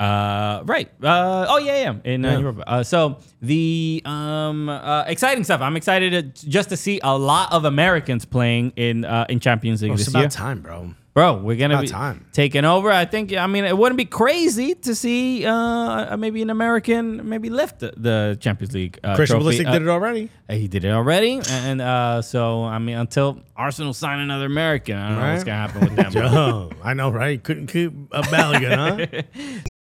Speaker 3: Uh, right. Uh, oh yeah, yeah. In uh,
Speaker 4: Yeah.
Speaker 3: Europe. Uh, so the um, uh, exciting stuff. I'm excited to, just to see a lot of Americans playing in uh, in Champions League
Speaker 4: Oh, It's
Speaker 3: this
Speaker 4: about
Speaker 3: year,
Speaker 4: time, bro.
Speaker 3: bro. We're gonna
Speaker 4: about
Speaker 3: be
Speaker 4: time.
Speaker 3: taking over. I think. I mean, it wouldn't be crazy to see uh, maybe an American maybe lift the, the Champions League. Uh,
Speaker 4: Christian
Speaker 3: trophy.
Speaker 4: Pulisic
Speaker 3: Uh,
Speaker 4: did it
Speaker 3: [laughs]
Speaker 4: already.
Speaker 3: He did it already, and uh, so I mean, until Arsenal sign another American, I don't know what's
Speaker 4: Right.
Speaker 3: gonna happen with them.
Speaker 4: [laughs] Oh, I know, right? Couldn't keep a Balogun,
Speaker 3: [laughs]
Speaker 4: huh?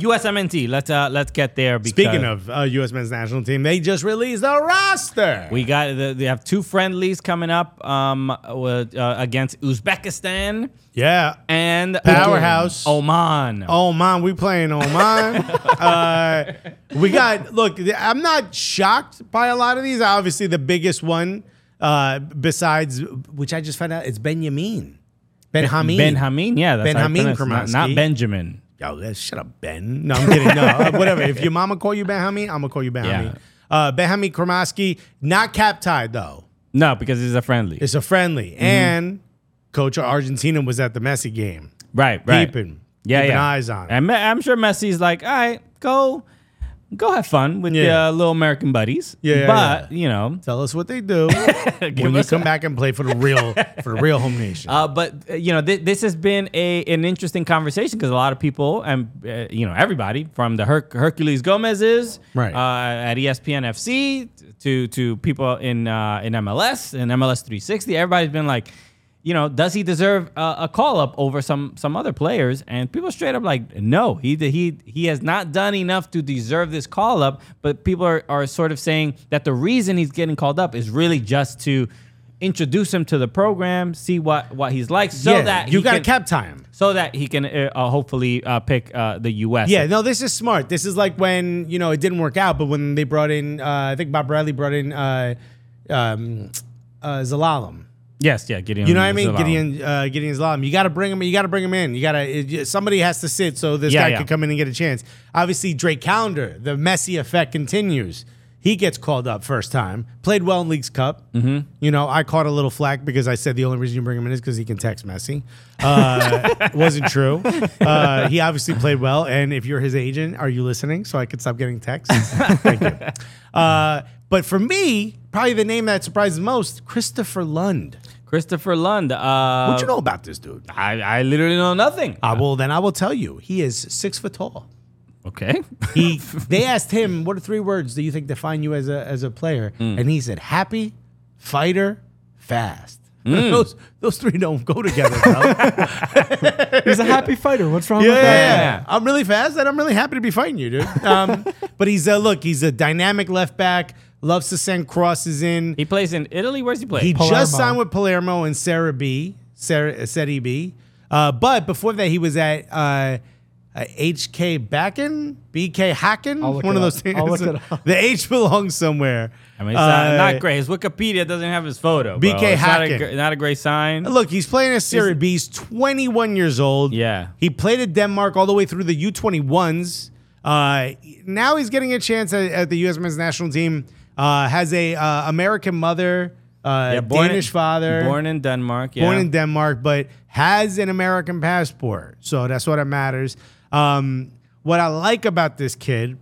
Speaker 3: USMNT. Let's uh, let's get there. Because
Speaker 4: Speaking of uh, U.S. men's national team, they just released the roster.
Speaker 3: We got the, they have two friendlies coming up um with, uh, against Uzbekistan
Speaker 4: yeah.
Speaker 3: and
Speaker 4: Powerhouse.
Speaker 3: Oman.
Speaker 4: Oh man, we playing
Speaker 3: [laughs]
Speaker 4: Oman. uh, we got look. th- I'm not shocked by a lot of these. Obviously, the biggest one, uh, besides which I just found out, it's Benjamin. Ben Hameen.
Speaker 3: Ben Benjamin, yeah, that's how you
Speaker 4: Benjamin
Speaker 3: pronounce it, not, not
Speaker 4: Kromowski.
Speaker 3: Benjamin.
Speaker 4: Yo, let's- shut up, Ben. No, I'm kidding. No, uh, whatever. If your mama call you Ben Hameen, I'm gonna call you Ben
Speaker 3: Yeah.
Speaker 4: Hameen. Uh, ben Hameen Kromowski, not cap tied though.
Speaker 3: No, because it's a friendly.
Speaker 4: It's a friendly,
Speaker 3: Mm-hmm.
Speaker 4: and coach of Argentina was at the Messi game.
Speaker 3: right, right.
Speaker 4: Peeping,
Speaker 3: yeah,
Speaker 4: keeping
Speaker 3: yeah.
Speaker 4: eyes on him.
Speaker 3: And Me- I'm sure Messi's like, all right, go, go have fun with
Speaker 4: Yeah.
Speaker 3: your uh, little American buddies.
Speaker 4: Yeah, yeah,
Speaker 3: but you know,
Speaker 4: Tell us what they
Speaker 3: [laughs]
Speaker 4: do when you come back and play for the real for the real home nation.
Speaker 3: [laughs] Uh, but uh, you know, th- this has been a an interesting conversation because a lot of people and uh, you know everybody from the Her- Hercules Gomez's
Speaker 4: Right.
Speaker 3: uh, at ESPN FC to to people in uh, in MLS and MLS 360, everybody's been like, you know, does he deserve uh, a call up over some some other players? And people straight up like, no, he he he has not done enough to deserve this call up. But people are are sort of saying that the reason he's getting called up is really just to introduce him to the program, see what what he's like, so
Speaker 4: Yeah,
Speaker 3: that
Speaker 4: you
Speaker 3: he
Speaker 4: got to
Speaker 3: can-
Speaker 4: cap time.
Speaker 3: so that he can uh, uh, hopefully uh, pick uh, the U.S.
Speaker 4: Yeah, no, this is smart. This is like when you know it didn't work out, but when they brought in, uh, I think Bob Bradley brought in uh, um, uh, Zalalem.
Speaker 3: Yes, yeah, Gideon.
Speaker 4: You know what I mean?
Speaker 3: Zavala.
Speaker 4: Gideon, uh, Gideon Zalalem. You got to bring him. You got to bring him in. You got to. Somebody has to sit so this
Speaker 3: Yeah,
Speaker 4: guy
Speaker 3: yeah.
Speaker 4: could come in and get a chance. Obviously, Drake Calendar, the Messi effect continues. He gets called up first time. Played well in League's Cup. Mm-hmm. You know, I caught a little flack because I said the only reason you bring him in is because he can text Messi. Uh, [laughs] wasn't true. Uh, he obviously played well. And if you're his agent, are you listening? So I could stop getting
Speaker 3: [laughs]
Speaker 4: texts. Thank you. Uh, but for me, probably the name that surprises most, Christopher Lund.
Speaker 3: Christopher Lund. Uh,
Speaker 4: What you know about this dude? Uh,
Speaker 3: I, I literally know nothing.
Speaker 4: I will then I will tell you. He is six foot tall.
Speaker 3: Okay.
Speaker 4: [laughs] He, they asked him, "What are three words do you think define you as a as a player?" And he said, "Happy, fighter, fast." [laughs] Those those three don't go together, bro. Hmm. [laughs] yeah,
Speaker 6: He's a happy fighter. What's wrong with that?
Speaker 4: yeah. I'm really fast, and I'm really happy to be fighting you, dude. [laughs] Um, but he's a look. He's a dynamic left back. Loves to send crosses in.
Speaker 3: he plays in Italy. Where's he play?
Speaker 4: He
Speaker 6: Palermo.
Speaker 4: just signed with Palermo and Sarah B. Sarah Seti B. Uh, but before that, he was at uh, uh, HK Backen, BK Hacken,
Speaker 6: I'll look
Speaker 4: one
Speaker 6: it
Speaker 4: of those
Speaker 6: up.
Speaker 4: things.
Speaker 6: I'll look it
Speaker 4: [laughs]
Speaker 6: up.
Speaker 4: The H belongs somewhere.
Speaker 3: I mean, it's not,
Speaker 4: Uh,
Speaker 3: not great. His Wikipedia doesn't have his photo. Bro.
Speaker 4: BK
Speaker 3: It's not a,
Speaker 4: Hacken.
Speaker 3: gr- not a great sign.
Speaker 4: Look, he's playing as Serie B. He's 21 years old.
Speaker 3: Yeah.
Speaker 4: He played at Denmark all the way through the U21s. Uh, now he's getting a chance at, at the U.S. men's national team. Uh, has a uh, American mother, uh,
Speaker 3: Yeah,
Speaker 4: Danish father.
Speaker 3: Born in Denmark. Yeah.
Speaker 4: born in Denmark, but has an American passport. So that's what it matters. Um, what I like about this kid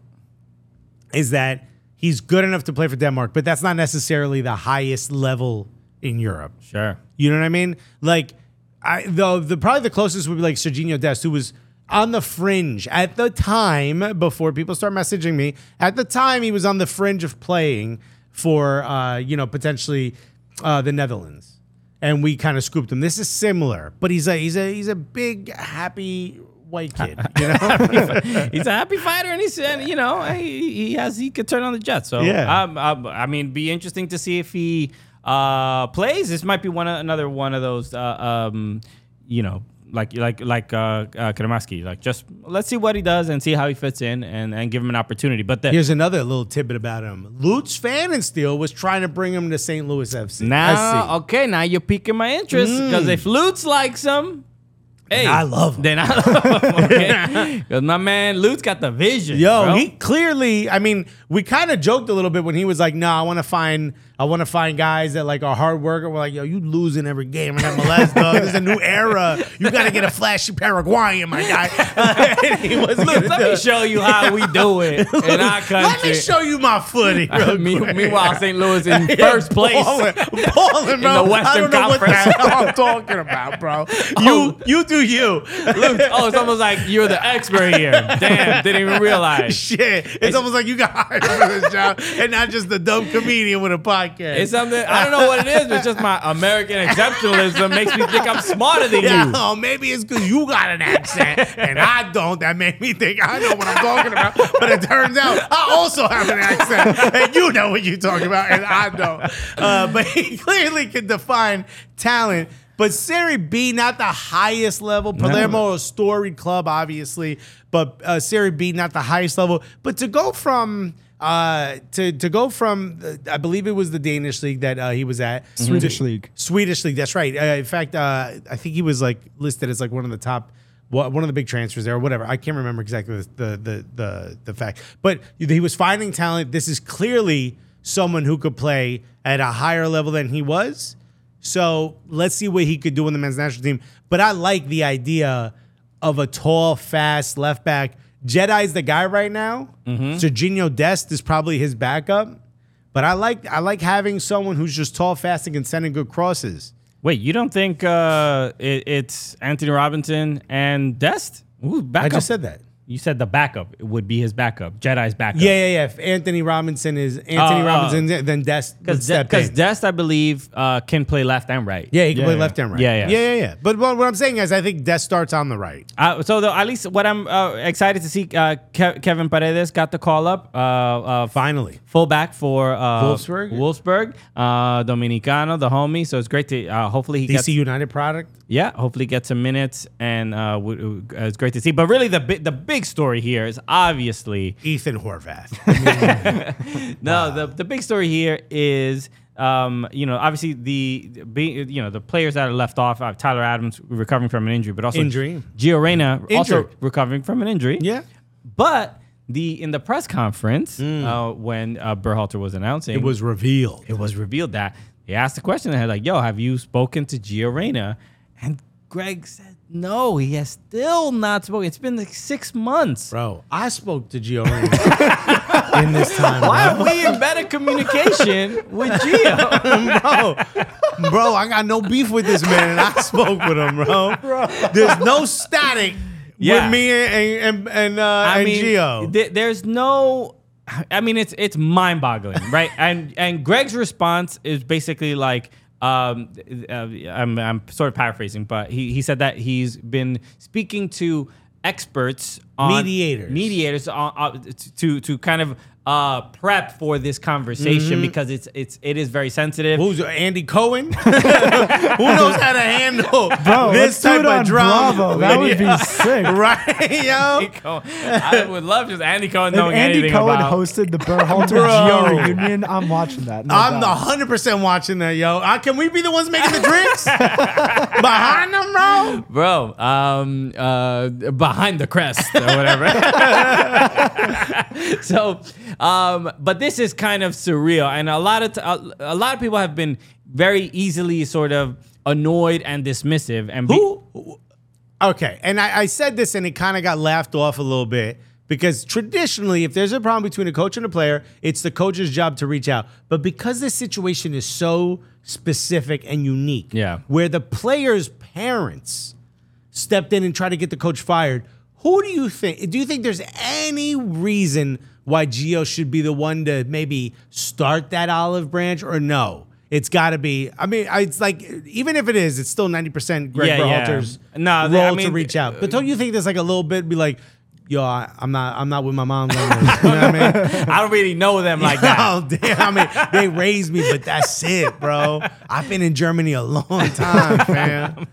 Speaker 4: is that he's good enough to play for Denmark, but that's not necessarily the highest level in Europe.
Speaker 3: Sure.
Speaker 4: You know what I mean? Like, I though the probably the closest would be like Serginho Dest, who was on the fringe at the time before people start messaging me. At the time, he was on the fringe of playing for uh, you know potentially uh, the Netherlands, and we kind of scooped him. This is similar, but he's a he's a he's a big happy white kid. You know?
Speaker 3: he's a happy fighter, and he's and, you know he, he has he could turn on the jet. So
Speaker 4: Yeah.
Speaker 3: um, um, I mean, be interesting to see if he uh, plays. This might be one of, another one of those uh, um, you know like like like uh, uh, Kramaski. Like just let's see what he does and see how he fits in and and give him an opportunity. But the,
Speaker 4: Here's another little tidbit about him. Lutz Fanninsteel was trying to bring him to St. Louis FC. SC.
Speaker 3: Now, okay, now you're piquing my interest because if Lutz likes him, hey,
Speaker 4: Mm. I love him.
Speaker 3: Then
Speaker 4: [laughs]
Speaker 3: I [laughs] love him. Okay, because my man Lutz got the vision.
Speaker 4: Yo,
Speaker 3: bro.
Speaker 4: he clearly. I mean, we kind of joked a little bit when he was like, "No, I want to find, I want to find guys that like are hard worker." We're like, "Yo, you losing every game in MLS, dog. This is a new era. You got to get a flashy Paraguayan, my guy." [laughs] And he was
Speaker 3: Lutz, let
Speaker 4: [laughs]
Speaker 3: me show you how we do it in our country.
Speaker 4: Let me show you
Speaker 3: [laughs]
Speaker 4: my footy. real
Speaker 3: Me-
Speaker 4: quick.
Speaker 3: meanwhile, St. Louis in
Speaker 4: [laughs] Yeah,
Speaker 3: first place.
Speaker 4: balling,
Speaker 3: [laughs]
Speaker 4: balling, bro. I
Speaker 3: Western
Speaker 4: don't know
Speaker 3: Conference.
Speaker 4: what the hell I'm talking about, bro.
Speaker 3: [laughs] Oh.
Speaker 4: You, you do you.
Speaker 3: Lutz, oh, it's almost like you're the expert
Speaker 4: [laughs]
Speaker 3: here. Damn, didn't even realize.
Speaker 4: Shit, it's almost like you got [laughs] hired for this job and not just the dumb comedian with a podcast.
Speaker 3: It's something I don't know what it is, but just my American exceptionalism makes me think I'm smarter than
Speaker 4: Yeah,
Speaker 3: you.
Speaker 4: oh, maybe it's because you got an accent and I don't. That made me think I know what I'm talking about. But it turns out I also have an accent and you know what you're talking about and I don't. Uh, but he [laughs] clearly can define talent. But Serie B, not the highest level. Palermo, a storied club, obviously, but uh, Serie B, not the highest level. But to go from uh, to to go from, uh, I believe it was the Danish league that uh, he was at,
Speaker 6: Swedish
Speaker 4: to-
Speaker 6: league.
Speaker 4: Swedish league. That's right. Uh, in fact, uh, I think he was like listed as like one of the top, wha- one of the big transfers there or whatever. I can't remember exactly the the the the, the fact, but he was finding talent. This is clearly someone who could play at a higher level than he was. So let's see what he could do in the men's national team. But I like the idea of a tall, fast left back. Jedi's the guy right now. Serginho Dest is probably his backup. But I like I like having someone who's just tall, fast, and can send in good crosses.
Speaker 3: Wait, you don't think uh, it, it's Anthony Robinson and Dest? Ooh, backup.
Speaker 4: I just said that.
Speaker 3: You said the backup would be his backup, Jedi's backup.
Speaker 4: Yeah, yeah, yeah. If Anthony Robinson is Anthony
Speaker 3: Oh, oh.
Speaker 4: Robinson, then Dest would
Speaker 3: because
Speaker 4: step in.
Speaker 3: Dest, I believe, uh, can play left and right.
Speaker 4: yeah, he can
Speaker 6: Yeah,
Speaker 4: play
Speaker 6: yeah.
Speaker 4: left and right.
Speaker 3: Yeah, yeah.
Speaker 4: yeah, yeah. yeah. But what, what I'm saying is, I think Dest starts on the right.
Speaker 3: Uh, so though, at least what I'm uh, excited to see, uh, Ke- Kevin Paredes got the call up. Uh, uh,
Speaker 4: Finally,
Speaker 3: Fullback for uh,
Speaker 4: Wolfsburg?
Speaker 3: Wolfsburg, uh, Dominicano, the homie. So it's great to uh, hopefully he gets
Speaker 4: DC United product.
Speaker 3: yeah, hopefully get some minutes, and uh, w- w- uh, it's great to see. But really, the bi- the big story here is obviously uh,
Speaker 4: Ethan Horvath.
Speaker 3: No, the, the big story here is, um, you know, obviously the be, you know the players that are left off. Uh, Tyler Adams recovering from an injury, but also
Speaker 4: Injury.
Speaker 3: Gio Reyna also
Speaker 4: Injured.
Speaker 3: recovering from an injury.
Speaker 4: Yeah.
Speaker 3: but the in the press conference uh, when uh, Berhalter was announcing,
Speaker 4: Mm. it was revealed.
Speaker 3: it was revealed that they asked the question and had like, "Yo, have you spoken to Gio Reyna?" And Greg said, "No, he has still not spoken. It's been like six months."
Speaker 4: Bro, I spoke to Gio Reyna [laughs] in this time.
Speaker 3: Why are we in better communication with
Speaker 4: [laughs]
Speaker 3: Gio?
Speaker 4: bro. Bro, I got no beef with this man, and I spoke with him, bro. There's no static
Speaker 3: Yeah.
Speaker 4: with me and and and, uh,
Speaker 3: I
Speaker 4: and
Speaker 3: mean,
Speaker 4: Gio.
Speaker 3: th- there's no. I mean, it's it's mind boggling, right? and and Greg's response is basically like. Um, uh, I'm, I'm sort of paraphrasing, but he, he said that he's been speaking to experts on
Speaker 4: Mediators.
Speaker 3: mediators on, uh, to to kind of uh, prep for this conversation because it's it's it is very sensitive.
Speaker 4: Who's Andy Cohen? [laughs] Who knows how to handle
Speaker 6: Bro,
Speaker 4: [laughs] this
Speaker 6: Oh, let's
Speaker 4: type
Speaker 6: do it
Speaker 4: of
Speaker 6: on
Speaker 4: drama?
Speaker 6: Bravo. That would be sick.
Speaker 4: [laughs] right, yo.
Speaker 3: Cohen. I would love just Andy Cohen
Speaker 6: If
Speaker 3: knowing
Speaker 6: Andy
Speaker 3: anything
Speaker 6: Cohen
Speaker 3: about.
Speaker 6: hosted the
Speaker 4: [laughs]
Speaker 6: Berhalter
Speaker 4: Bro.
Speaker 6: Geo reunion, I'm watching that. no
Speaker 4: I'm the
Speaker 6: doubt.
Speaker 4: hundred percent watching that, yo. Uh, can we be the ones making the
Speaker 6: [laughs]
Speaker 4: drinks behind them, bro?
Speaker 3: bro um uh behind the crest or whatever [laughs] so um but this is kind of surreal and a lot of t- a, a lot of people have been very easily sort of annoyed and dismissive and be-
Speaker 4: Who? Okay, and I, I said this, and it kind of got laughed off a little bit because traditionally, if there's a problem between a coach and a player, it's the coach's job to reach out. But because this situation is so specific and unique,
Speaker 3: Yeah.
Speaker 4: where the player's parents stepped in and tried to get the coach fired, who do you think? Do you think there's any reason why Gio should be the one to maybe start that olive branch, or no? It's got to be. I mean, I- it's like even if it is, it's still ninety percent Greg
Speaker 3: Yeah, yeah.
Speaker 4: Berhalter's
Speaker 3: No, th- I
Speaker 4: role to
Speaker 3: mean, uh,
Speaker 4: reach out. But don't you think there's like a little bit be like, yo, I, I'm not, I'm not with my mom. no more." [laughs] you know what I mean?
Speaker 3: i don't really know
Speaker 4: [laughs]
Speaker 3: them like that
Speaker 4: Oh damn! I mean, they raised me, but that's it, bro. I've been in Germany a long time, [laughs] man.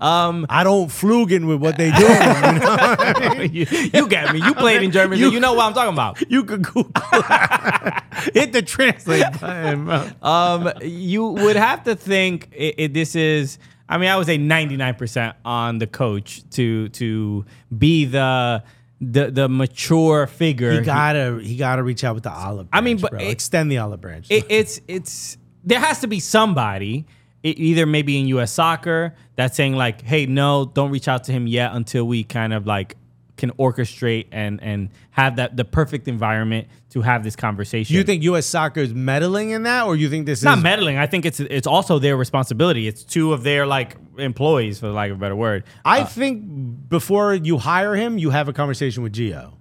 Speaker 4: Um, I don't flugen with what they do. You, know?
Speaker 3: [laughs] you, you get me you played in germany you,
Speaker 4: You-
Speaker 3: you know what i'm talking about
Speaker 4: [laughs] You could Google, it. [laughs] hit the [laughs] translate button, bro.
Speaker 3: um, you would have to think it, it, this is. I mean, I would say ninety nine percent on the coach to to be the the the mature figure.
Speaker 4: He gotta, he gotta reach out with the olive.
Speaker 3: I
Speaker 4: Branch,
Speaker 3: mean, but
Speaker 4: bro.
Speaker 3: it-
Speaker 4: extend the olive branch.
Speaker 3: It, it's it's there has to be somebody, e- either maybe in U.S. soccer that's saying like, hey, no, don't reach out to him yet until we kind of like can orchestrate and and have that the perfect environment to have this conversation.
Speaker 4: Do you think U.S. soccer is meddling in that, or you think this
Speaker 3: It's not
Speaker 4: is
Speaker 3: meddling. I think it's it's also their responsibility. It's two of their like employees, for lack of a better word.
Speaker 4: I think before you hire him, you have a conversation with Gio.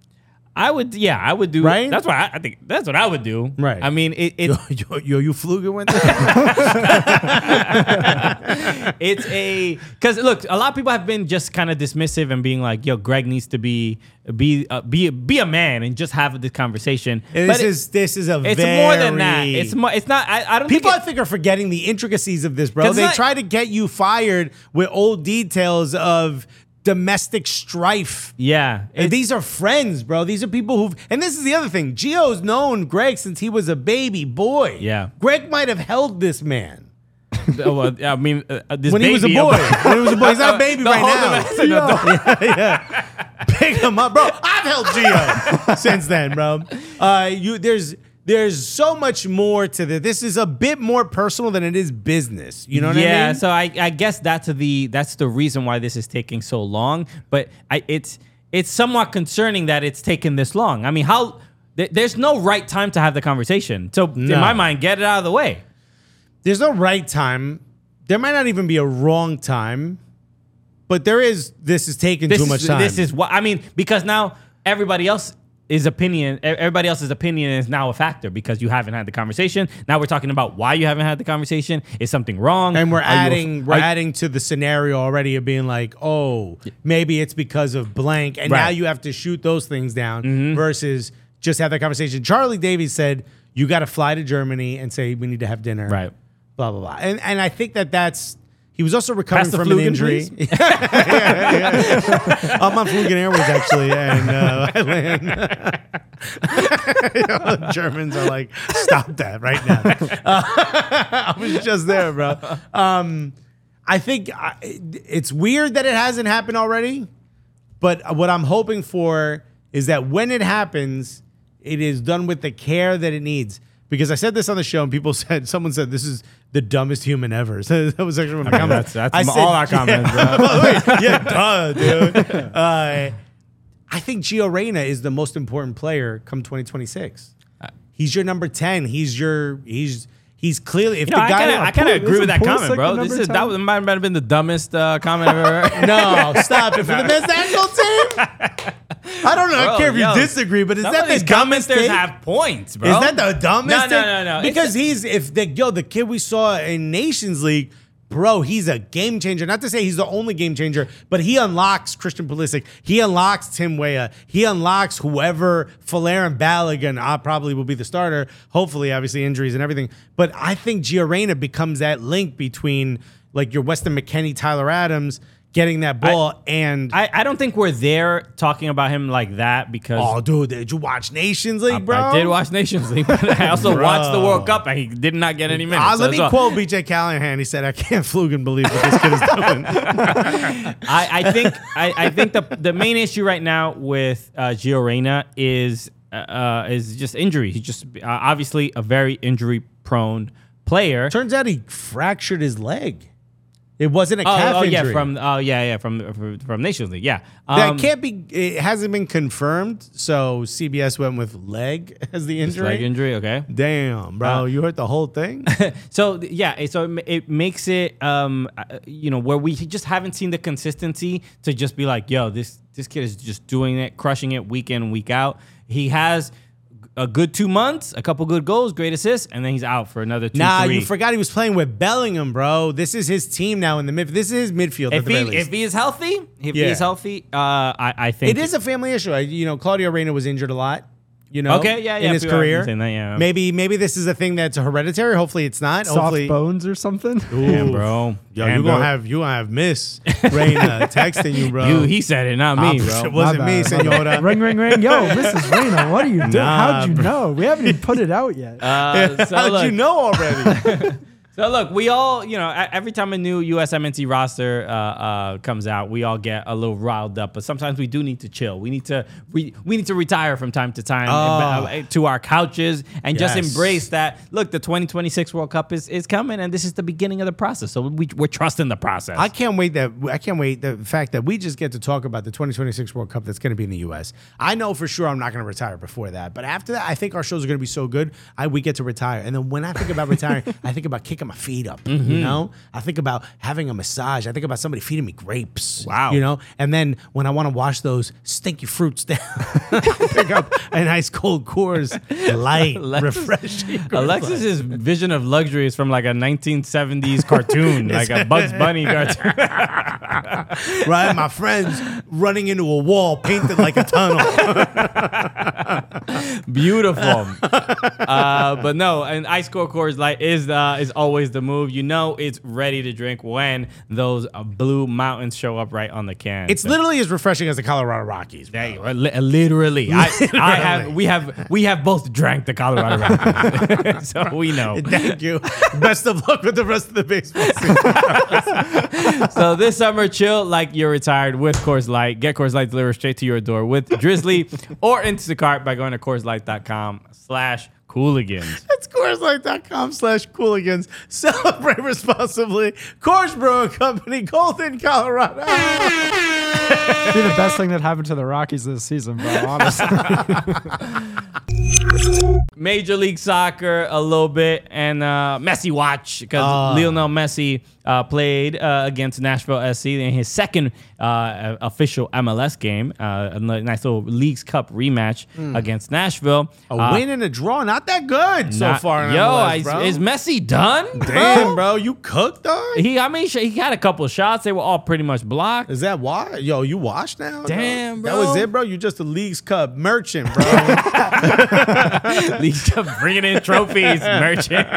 Speaker 3: I would, yeah, I would do.
Speaker 4: Right?
Speaker 3: That's what I, I think. That's what I would do.
Speaker 4: Right.
Speaker 3: I mean, it, it
Speaker 4: [laughs] yo, yo, you flew with that?
Speaker 3: it's a because look, a lot of people have been just kind of dismissive and being like, "Yo, Greg needs to be be uh, be be a man and just have this conversation."
Speaker 4: [laughs] this
Speaker 3: it-
Speaker 4: is this is a
Speaker 3: it's
Speaker 4: very,
Speaker 3: more than that. It's more. It's not. I, I don't.
Speaker 4: people. I
Speaker 3: think it-
Speaker 4: think are forgetting the intricacies of this, bro.
Speaker 3: 'Cause
Speaker 4: They
Speaker 3: it's not-
Speaker 4: try to get you fired with old details of domestic strife.
Speaker 3: yeah.
Speaker 4: And
Speaker 3: It's-
Speaker 4: these are friends, bro. These are people who've, and this is the other thing. Gio's known Greg since he was a baby boy.
Speaker 3: Yeah.
Speaker 4: Greg might have held this man
Speaker 3: oh, well, I mean, uh, uh, this
Speaker 4: when he was a
Speaker 3: baby- [laughs]
Speaker 4: boy. [laughs] when he was a boy, he's not a baby
Speaker 3: The
Speaker 4: right
Speaker 3: whole
Speaker 4: now. [laughs]
Speaker 3: domestic- [laughs] the- the-
Speaker 4: pick him up, bro. I've held Gio since then, bro. Uh, you there's there's so much more to this. This is a bit more personal than it is business. You know what
Speaker 3: yeah,
Speaker 4: I mean?
Speaker 3: so I, I guess that's the that's the reason why this is taking so long. But I it's it's somewhat concerning that it's taken this long. I mean, how th- there's no right time to have the conversation. So in
Speaker 4: No.
Speaker 3: my mind, get it out of the way.
Speaker 4: there's no right time. There might not even be a wrong time, but there is. This is taking
Speaker 3: This
Speaker 4: too
Speaker 3: is,
Speaker 4: much time.
Speaker 3: This is what I mean because now everybody else. Is opinion e- everybody else's opinion is now a factor because you haven't had the conversation. Now we're talking about why you haven't had the conversation. Is something wrong?
Speaker 4: and
Speaker 3: Are
Speaker 4: we're
Speaker 3: you a-
Speaker 4: adding we're
Speaker 3: are you-
Speaker 4: adding to the scenario already of being like, oh, maybe it's because of blank, and now
Speaker 3: Right. Mm-hmm.
Speaker 4: you have to shoot those things down versus just have that conversation. Charlie Davies said you got to fly to Germany and say we need to have dinner,
Speaker 3: Right.
Speaker 4: Blah blah blah, and and I think that that's. He was also recovering
Speaker 3: Pass the
Speaker 4: from an
Speaker 3: Flugen,
Speaker 4: injury.
Speaker 3: please.
Speaker 4: [laughs] yeah, yeah. I'm on Flugen Airways actually, and uh, [laughs] I land. You know, Germans are like, stop that right now. I was just there,
Speaker 3: [laughs]
Speaker 4: bro. Um, I think I, it's weird that it hasn't happened already, but what I'm hoping for is that when it happens, it is done with the care that it needs. Because I said this on the show, and people [laughs] said, someone said, this is the dumbest human ever. [laughs] So that was actually one of my
Speaker 3: that's
Speaker 4: comments.
Speaker 3: that's
Speaker 4: I
Speaker 3: m-
Speaker 4: said,
Speaker 3: all
Speaker 4: [laughs]
Speaker 3: our comments. bro.
Speaker 4: Wait, yeah, duh, dude. Uh, I think Gio Reyna is the most important player come 2026. He's your number 10. He's your he's He's clearly if
Speaker 3: You know,
Speaker 4: the
Speaker 3: I
Speaker 4: guy.
Speaker 3: kinda, I kinda
Speaker 6: pull-
Speaker 3: agree with
Speaker 6: listen,
Speaker 3: that
Speaker 6: pull a
Speaker 3: comment, bro.
Speaker 6: second
Speaker 3: This
Speaker 6: number
Speaker 3: is that
Speaker 6: time.
Speaker 3: was, might have been the dumbest uh, comment I've ever
Speaker 4: [laughs]
Speaker 3: heard.
Speaker 4: no, stop
Speaker 3: [laughs]
Speaker 4: it for the Men's National Team. I don't know. I
Speaker 3: Bro,
Speaker 4: don't care if you
Speaker 3: yo,
Speaker 4: disagree, but is
Speaker 3: Some of
Speaker 4: that the
Speaker 3: these
Speaker 4: dumbest
Speaker 3: commenters
Speaker 4: thing?
Speaker 3: have points, bro.
Speaker 4: Is that the dumbest?
Speaker 3: No, no,
Speaker 4: thing?
Speaker 3: no, no. It's-
Speaker 4: Because he's if the yo the kid we saw in Nations League, bro, he's a game changer. Not to say he's the only game changer, but he unlocks Christian Pulisic. He unlocks Tim Weah. He unlocks whoever Falair and Balogun uh, probably will be the starter. Hopefully, obviously injuries and everything. But I think Giorena becomes that link between like your Weston McKennie, Tyler Adams getting that ball and.
Speaker 3: I, I don't think we're there talking about him like that because
Speaker 4: Oh, dude! Did you watch Nations League, Oh, bro?
Speaker 3: I did watch Nations League. But I also watched the World Cup, and he did not get any minutes.
Speaker 4: Ah,
Speaker 3: So
Speaker 4: let
Speaker 3: that's
Speaker 4: me
Speaker 3: all.
Speaker 4: quote BJ Callahan. He said, "I can't flugan believe what this
Speaker 3: [laughs]
Speaker 4: kid is doing."
Speaker 3: I, I think I, I think the the main issue right now with uh, Gio Reyna is uh, uh, is just injury. He's just uh, obviously a very injury prone player.
Speaker 4: Turns out he fractured his leg. It wasn't a
Speaker 3: oh,
Speaker 4: calf
Speaker 3: oh,
Speaker 4: injury.
Speaker 3: yeah, from oh yeah yeah from from, from Nations League. Yeah,
Speaker 4: that
Speaker 3: Um,
Speaker 4: can't be. It hasn't been confirmed. So CBS went with leg [laughs] as the injury.
Speaker 3: leg injury. Okay,
Speaker 4: Damn, bro,
Speaker 3: Uh,
Speaker 4: you hurt the
Speaker 3: [laughs]
Speaker 4: whole thing.
Speaker 3: So th- yeah, it- so it, ma- it makes it um uh, you know where we just haven't seen the consistency to just be like, yo, this this kid is just doing it, crushing it week in week out. He has a good two months, a couple good goals, great assists, and then he's out for another two.
Speaker 4: nah,
Speaker 3: three.
Speaker 4: you forgot he was playing with Bellingham, bro. This is his team now in the mid. This is his midfield. at
Speaker 3: If
Speaker 4: the very
Speaker 3: he
Speaker 4: least.
Speaker 3: if he is healthy, if
Speaker 4: Yeah.
Speaker 3: he is healthy, uh, I I think
Speaker 4: It is a family issue. I, you know, Claudio Reyna was injured a lot. You know,
Speaker 3: Okay, yeah, yeah,
Speaker 4: in his
Speaker 3: people have been
Speaker 4: career.
Speaker 3: saying that, yeah.
Speaker 4: Maybe, maybe this is a thing that's hereditary. Hopefully, it's not.
Speaker 6: Soft
Speaker 4: Hopefully,
Speaker 6: bones or something.
Speaker 3: Damn, bro.
Speaker 4: Yo,
Speaker 3: Damn,
Speaker 4: you
Speaker 3: bro.
Speaker 4: gonna have uh, you gonna have
Speaker 3: [laughs]
Speaker 4: Miss Reyna texting you, bro.
Speaker 3: uh, You, he said it, not me,
Speaker 4: [laughs] It
Speaker 3: bro.
Speaker 4: wasn't
Speaker 6: My
Speaker 4: me,
Speaker 6: bad, my bad.
Speaker 4: Senora.
Speaker 6: Ring, ring, ring. Yo,
Speaker 4: [laughs]
Speaker 6: Mrs. Raina, what are you doing?
Speaker 4: Nah,
Speaker 6: How'd you
Speaker 4: bro.
Speaker 6: know? We haven't even put it out yet.
Speaker 3: Uh, so
Speaker 4: How'd you
Speaker 3: look-
Speaker 4: know already?
Speaker 3: So look, we all, you know, e- every time a new USMNT roster uh, uh, comes out, we all get a little riled up. But sometimes we do need to chill. We need to we, we need to retire from time to time and,
Speaker 4: Oh.
Speaker 3: uh, to our couches and
Speaker 4: Yes.
Speaker 3: just embrace that. Look, the 2026 World Cup is is coming, and this is the beginning of the process. So we, we're trusting the process.
Speaker 4: I can't wait that I can't wait the fact that we just get to talk about the 2026 World Cup that's going to be in the U.S. I know for sure I'm not going to retire before that, but after that, I think our shows are going to be so good. I we get to retire, and then when I think about retiring, I think about kicking my feet up. You know, I think about having a massage. I think about somebody feeding me grapes.
Speaker 3: Wow.
Speaker 4: you know, and then when I want to wash those stinky fruits down, [laughs] pick up an ice cold Coors Light,
Speaker 3: Alexis-
Speaker 4: refreshing. Coors Light. [laughs]
Speaker 3: Alexis's vision of luxury is from like a 1970s
Speaker 4: [laughs]
Speaker 3: cartoon, like a Bugs Bunny cartoon.
Speaker 4: right? My friends running into a wall painted like a tunnel.
Speaker 3: Beautiful. [laughs] uh, but no, an ice core Coors Light is uh, is always the move. You know it's ready to drink when those uh, blue mountains show up right on the can.
Speaker 4: it's
Speaker 3: So-
Speaker 4: literally as refreshing as the Colorado Rockies. bro.
Speaker 3: Hey, li- literally, I, I have
Speaker 4: Literally.
Speaker 3: we have we have both drank the Colorado Rockies, [laughs] so we know.
Speaker 4: [laughs] Thank you. Best of luck with the rest of the baseball
Speaker 3: [laughs]
Speaker 4: season.
Speaker 3: So this summer, chill like you're retired with Coors Light. Get Coors Light delivered straight to your door with Drizzly or Instacart by going to CoorsLight.com/slash Cooligans.
Speaker 4: That's CoorsLight.com slash Cooligans. [laughs] Celebrate responsibly. Coors Brewing Company, Golden, Colorado.
Speaker 3: Uh,
Speaker 6: Be the best thing that happened to the Rockies this
Speaker 4: [laughs]
Speaker 6: season, bro. Honestly.
Speaker 3: Major League Soccer a little bit and uh, Messi watch because
Speaker 4: Ah.
Speaker 3: Lionel Messi uh, played uh, against Nashville SC in his second uh, official MLS game, uh, a ni- nice little Leagues Cup rematch against Nashville.
Speaker 4: Hmm. A
Speaker 3: Uh,
Speaker 4: win and a draw. Not that good so
Speaker 3: not-
Speaker 4: far. In
Speaker 3: yo,
Speaker 4: MLS,
Speaker 3: is-
Speaker 4: bro.
Speaker 3: is Messi done?
Speaker 4: Damn, bro. You cooked, dog?
Speaker 3: He, I mean, sh- he had a couple shots. They were all pretty much blocked.
Speaker 4: Is that why? Yo, you washed now? dog?
Speaker 3: Damn,
Speaker 4: That was
Speaker 3: bro.
Speaker 4: it, bro? You just a League's Cup merchant,
Speaker 3: [laughs]
Speaker 4: bro.
Speaker 3: Leagues Cup
Speaker 4: [laughs]
Speaker 3: bringing in trophies, merchant.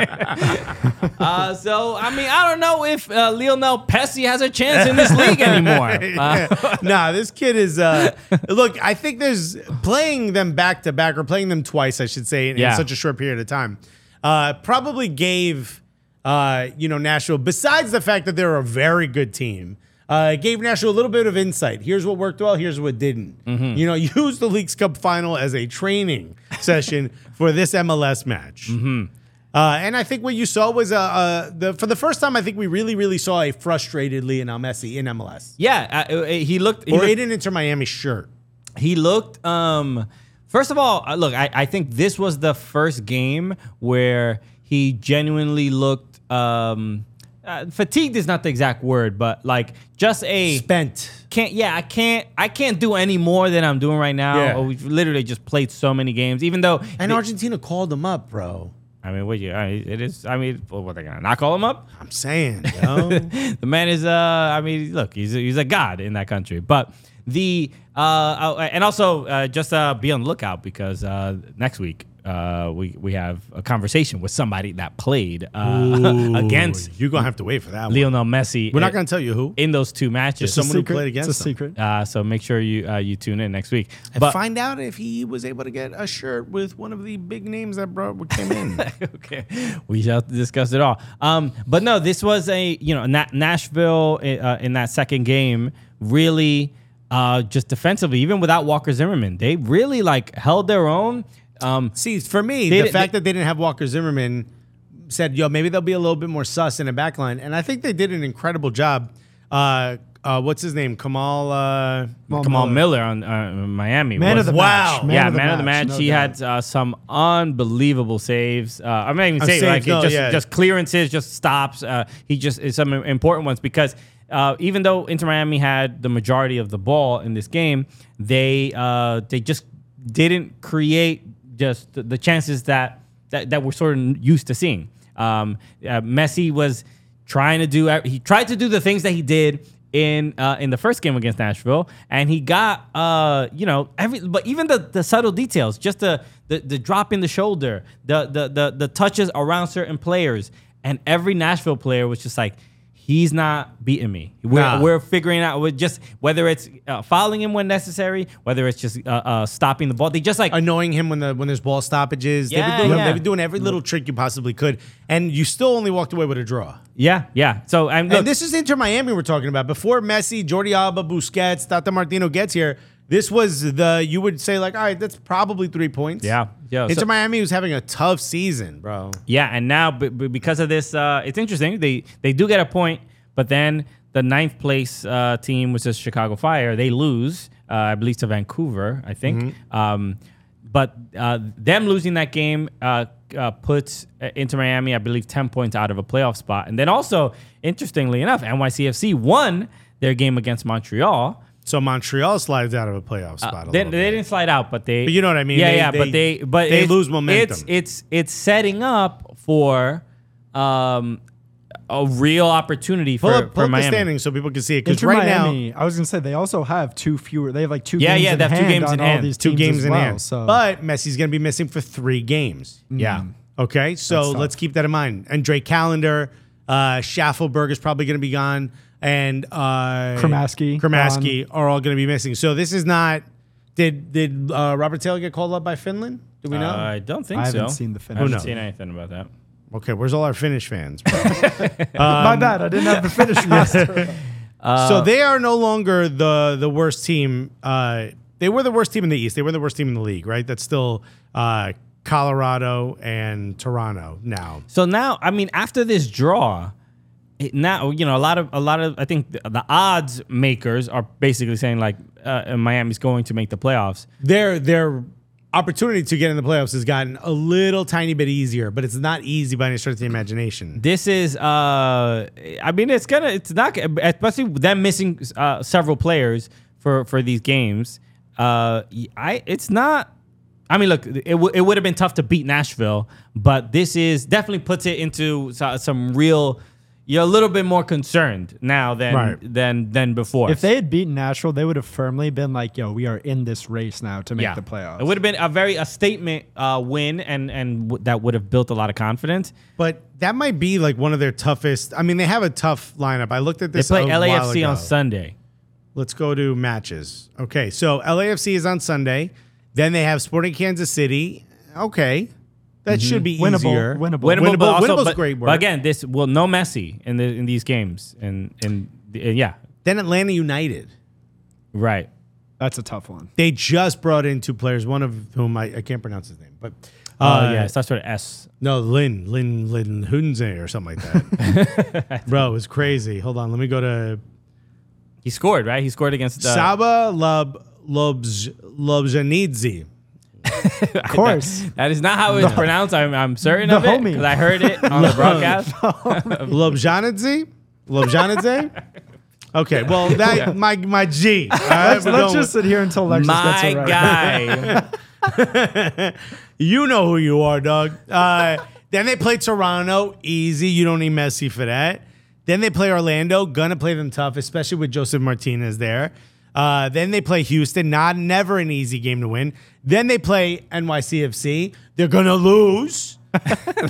Speaker 3: uh, so, I mean, I don't know if uh, Lionel Messi has a chance in this league anymore.
Speaker 4: [laughs]
Speaker 3: Uh,
Speaker 4: nah, this kid is. Uh, look, I think there's playing them back to back or playing them twice, I should say, in, in
Speaker 3: Yeah.
Speaker 4: such a short period of time. Uh, probably gave uh, you know Nashville. Besides the fact that they're a very good team, uh, it gave Nashville a little bit of insight. Here's what worked well. Here's what didn't. You know, [laughs] use the League's Cup final as a training [laughs] session for this MLS match. Uh, and I think what you saw was uh, uh, the for the first time, I think we really, really saw a frustrated Lionel Messi in MLS
Speaker 3: Yeah, uh, uh, he looked. He
Speaker 4: or
Speaker 3: looked,
Speaker 4: in an Inter Miami shirt.
Speaker 3: he looked um, first of all, uh, look, I, I think this was the first game where he genuinely looked um, uh, fatigued. Is not the exact word, but like just a
Speaker 4: Spent.
Speaker 3: can't yeah i can't i can't do any more than i'm doing right now
Speaker 4: Yeah.
Speaker 3: Oh, we've literally just played so many games even though
Speaker 4: And Argentina called him up, bro.
Speaker 3: i mean what you I, it is i mean what what, they gonna not call him up
Speaker 4: I'm [laughs] saying, yo.
Speaker 3: [laughs] the man is uh i mean look he's a, he's a god in that country but the uh, uh and also uh, just uh be on the lookout because uh next week uh, we we have a conversation with somebody that played uh, [laughs] against
Speaker 4: you're gonna have to wait for that. one.
Speaker 3: Lionel Messi.
Speaker 4: We're
Speaker 3: in-
Speaker 4: not gonna tell you who.
Speaker 3: in those two matches.
Speaker 4: Just someone who
Speaker 6: Secret-
Speaker 4: played against
Speaker 6: It's a
Speaker 4: them.
Speaker 6: secret.
Speaker 3: uh, so make sure you uh, you tune in next week.
Speaker 4: And find out if he was able to get a shirt with one of the big names that brought came in. [laughs]
Speaker 3: [laughs] okay we shall discuss it all um but no this was a you know Na- nashville uh, in that second game really uh just defensively even without walker zimmerman they really like held their own um
Speaker 4: See, for me,
Speaker 3: They
Speaker 4: the
Speaker 3: didn't-
Speaker 4: fact that they didn't have Walker Zimmerman said, yo, maybe they'll be a little bit more sus in the back line. And I think they did an incredible job. Uh, uh, what's his name? Kamal. Uh,
Speaker 3: Kamal Miller on uh, Miami
Speaker 6: Man
Speaker 3: was-
Speaker 6: of the
Speaker 4: Wow.
Speaker 6: match. Man
Speaker 3: yeah,
Speaker 6: of the
Speaker 3: man of the
Speaker 6: match.
Speaker 3: match.
Speaker 6: no
Speaker 3: he
Speaker 6: doubt.
Speaker 3: had uh, some unbelievable saves. Uh, I'm not even
Speaker 4: Uh,
Speaker 3: saying like
Speaker 4: saves, no,
Speaker 3: it just
Speaker 4: yeah.
Speaker 3: just clearances, just stops. Uh, he just is some important ones because uh, even though Inter Miami had the majority of the ball in this game, they uh, they just didn't create just the, the chances that, that that we're sort of used to seeing. Um, uh, Messi was trying to do he tried to do the things that he did in uh, in the first game against Nashville, and he got uh, you know every but even the, the subtle details, just the, the the drop in the shoulder, the the the the touches around certain players, and every Nashville player was just like. He's not beating me. We're,
Speaker 4: Nah.
Speaker 3: we're figuring out with just whether it's uh, following him when necessary, whether it's just uh, uh, stopping the ball. They just like
Speaker 4: annoying him when the when there's ball stoppages.
Speaker 3: Yeah,
Speaker 4: they, were doing,
Speaker 3: yeah.
Speaker 4: they were doing every little trick you possibly could, and you still only walked away with a draw.
Speaker 3: yeah, yeah. So and, look,
Speaker 4: and this is Inter Miami we're talking about. Before Messi, Jordi Alba, Busquets, Tata Martino gets here, this was the you would say like, all right, that's probably three points.
Speaker 3: Yeah, yeah,
Speaker 4: Inter
Speaker 3: so-
Speaker 4: Miami was having a tough season, bro.
Speaker 3: Yeah, and now b- b- because of this, uh, it's interesting. They they do get a point, but then the ninth place uh, team, which is Chicago Fire, they lose. Uh, I believe to Vancouver, I think. Um, but uh, them losing that game uh, uh, puts uh, Inter Miami, I believe, ten points out of a playoff spot. And then also, interestingly enough, NYCFC won their game against Montreal.
Speaker 4: So Montreal slides out of a playoff spot. a
Speaker 3: Uh, They,
Speaker 4: little
Speaker 3: they
Speaker 4: bit.
Speaker 3: didn't slide out, but they.
Speaker 4: But you know what I mean.
Speaker 3: Yeah,
Speaker 4: They-
Speaker 3: yeah.
Speaker 4: they-
Speaker 3: but they, but
Speaker 4: they
Speaker 3: it's-
Speaker 4: lose momentum.
Speaker 3: It's it's it's setting up for um a real opportunity for,
Speaker 4: pull up,
Speaker 3: for
Speaker 4: pull up the
Speaker 3: Miami.
Speaker 4: standings so people can see it because
Speaker 6: Inter
Speaker 4: right now
Speaker 6: Miami. I was gonna say they also have two fewer. They have like two.
Speaker 3: Yeah,
Speaker 6: games
Speaker 3: yeah,
Speaker 6: in
Speaker 3: they have two
Speaker 6: hand
Speaker 3: games
Speaker 6: on
Speaker 3: in
Speaker 6: all
Speaker 3: hand.
Speaker 6: These
Speaker 4: two
Speaker 6: teams
Speaker 4: games
Speaker 6: as
Speaker 4: in
Speaker 6: well,
Speaker 4: hand.
Speaker 6: So Mm-hmm.
Speaker 4: But Messi's going to be missing for three games. Yeah. Okay. So let's keep that in mind. And Drake Calendar, uh, Schaffelberg is probably going to be gone, and uh,
Speaker 6: Kramaski
Speaker 4: Kramaski are all going to be missing. So this is not. Did did uh, Robert Taylor get called up by Finland? Do we know?
Speaker 3: Uh, I don't think
Speaker 6: I
Speaker 3: so.
Speaker 6: haven't seen the finish.
Speaker 3: I haven't
Speaker 4: Who knows?
Speaker 3: seen anything about that.
Speaker 4: okay. Where's all our Finnish fans?
Speaker 6: my bad. I didn't have
Speaker 4: [laughs]
Speaker 6: the finish roster.
Speaker 4: so they are no longer the the worst team. Uh, they were the worst team in the East. They were the worst team in the league, right? That's still uh, Colorado and Toronto now.
Speaker 3: So now, I mean, after this draw, it now you know a lot of a lot of I think the, the odds makers are basically saying like uh, Miami's going to make the playoffs.
Speaker 4: their their opportunity to get in the playoffs has gotten a little tiny bit easier, but it's not easy by any stretch of the imagination.
Speaker 3: This is, uh, I mean, it's gonna, it's not, especially with them missing uh, several players for for these games. Uh, I, it's not. I mean, look, it, w- it would have been tough to beat Nashville, but this is definitely puts it into so- some real. You're a little bit more concerned now than
Speaker 4: Right.
Speaker 3: than than before.
Speaker 6: if they had beaten Nashville, they would have firmly been like, "Yo, we are in this race now to make the playoffs."
Speaker 3: it would have been a very a statement uh, win, and and w- that would have built a lot of confidence.
Speaker 4: But that might be like one of their toughest. I mean, they have a tough lineup. I looked at
Speaker 3: They
Speaker 4: this.
Speaker 3: play
Speaker 4: a while
Speaker 3: LAFC
Speaker 4: ago.
Speaker 3: on Sunday.
Speaker 4: Let's go to matches. Okay, so LAFC is on Sunday. Then they have Sporting Kansas City. Okay, that should be
Speaker 6: Mm-hmm. Winnable,
Speaker 4: easier.
Speaker 6: winnable.
Speaker 3: Winnable,
Speaker 4: Winnable-
Speaker 3: but also,
Speaker 4: winnable's
Speaker 3: but-
Speaker 4: great work.
Speaker 3: But again, this will no Messi in the in these games, and and, and yeah,
Speaker 4: Then Atlanta United.
Speaker 3: right.
Speaker 6: That's a
Speaker 3: [laughs]
Speaker 6: tough one.
Speaker 4: They just brought in two players, one of whom I, I can't pronounce his name, but uh,
Speaker 3: Oh yeah, it starts with an S.
Speaker 4: No, Lin, Lin, Lin Hunze or something like that.
Speaker 6: [laughs]
Speaker 4: Bro, it was crazy. Hold on, let me go to
Speaker 3: He scored right. He scored against the
Speaker 4: Saba Lub Lubz Lubzanidze.
Speaker 6: Of course.
Speaker 3: That is not how it's pronounced. I'm,
Speaker 4: [laughs]
Speaker 3: I'm certain
Speaker 6: the
Speaker 3: of it
Speaker 6: homie.
Speaker 3: because I heard it on the broadcast.
Speaker 4: Lobjanadze?
Speaker 6: [laughs]
Speaker 4: Lobjanadze? Okay, well, that my my G. All right,
Speaker 6: [laughs] let's
Speaker 4: we're
Speaker 6: let's
Speaker 4: going
Speaker 6: just sit here until Lexus gets
Speaker 3: My
Speaker 6: it right. [laughs]
Speaker 4: [laughs]
Speaker 3: guy.
Speaker 4: You know who you are, dog. Uh, then they play Toronto, easy. You don't need Messi for that. Then they play Orlando, gonna play them tough, especially with Joseph Martinez there. Uh, then they play Houston, not never an easy game to win. Then they play NYCFC. They're gonna lose. [laughs] All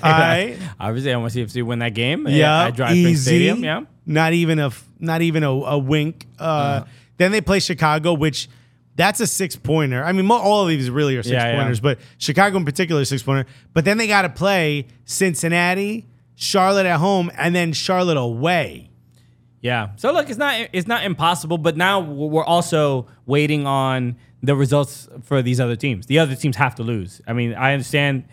Speaker 4: right.
Speaker 3: Obviously, I want to see if win that game.
Speaker 4: Yeah,
Speaker 3: I drive Pink
Speaker 4: easy.
Speaker 3: Stadium. Yeah.
Speaker 4: not even a f- not even a, a wink. Uh, Then they play Chicago, which that's a six pointer. I mean, mo- all of these really are six
Speaker 3: Yeah, yeah.
Speaker 4: pointers, but Chicago in particular is six pointer. But then they got to play Cincinnati, Charlotte at home, and then Charlotte away.
Speaker 3: Yeah. So look, it's not it's not impossible, but now we're also waiting on the results for these other teams. The other teams have to lose. I mean, I understand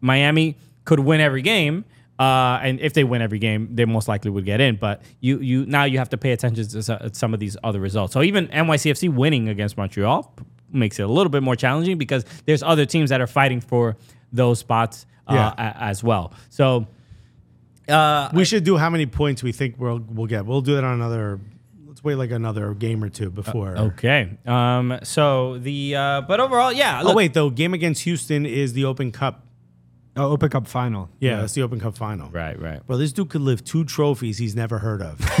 Speaker 3: Miami could win every game, uh, and if they win every game, they most likely would get in. But you you now you have to pay attention to so- some of these other results. So even NYCFC winning against Montreal p- makes it a little bit more challenging because there's other teams that are fighting for those spots uh,
Speaker 4: Yeah.
Speaker 3: a- as well. So Uh,
Speaker 4: we should do how many points we think we'll we'll get. We'll do that on another. Let's wait like another game or
Speaker 3: Uh,
Speaker 4: two before.
Speaker 3: okay. Um. So the uh, but overall, yeah.
Speaker 4: Oh
Speaker 3: look-
Speaker 4: wait, though, game against Houston is the Open Cup.
Speaker 6: Oh, Open Cup final.
Speaker 4: Yeah, that's the Open Cup final.
Speaker 3: Right, right.
Speaker 4: [laughs] Bro, this dude could lift two trophies he's never heard of [laughs]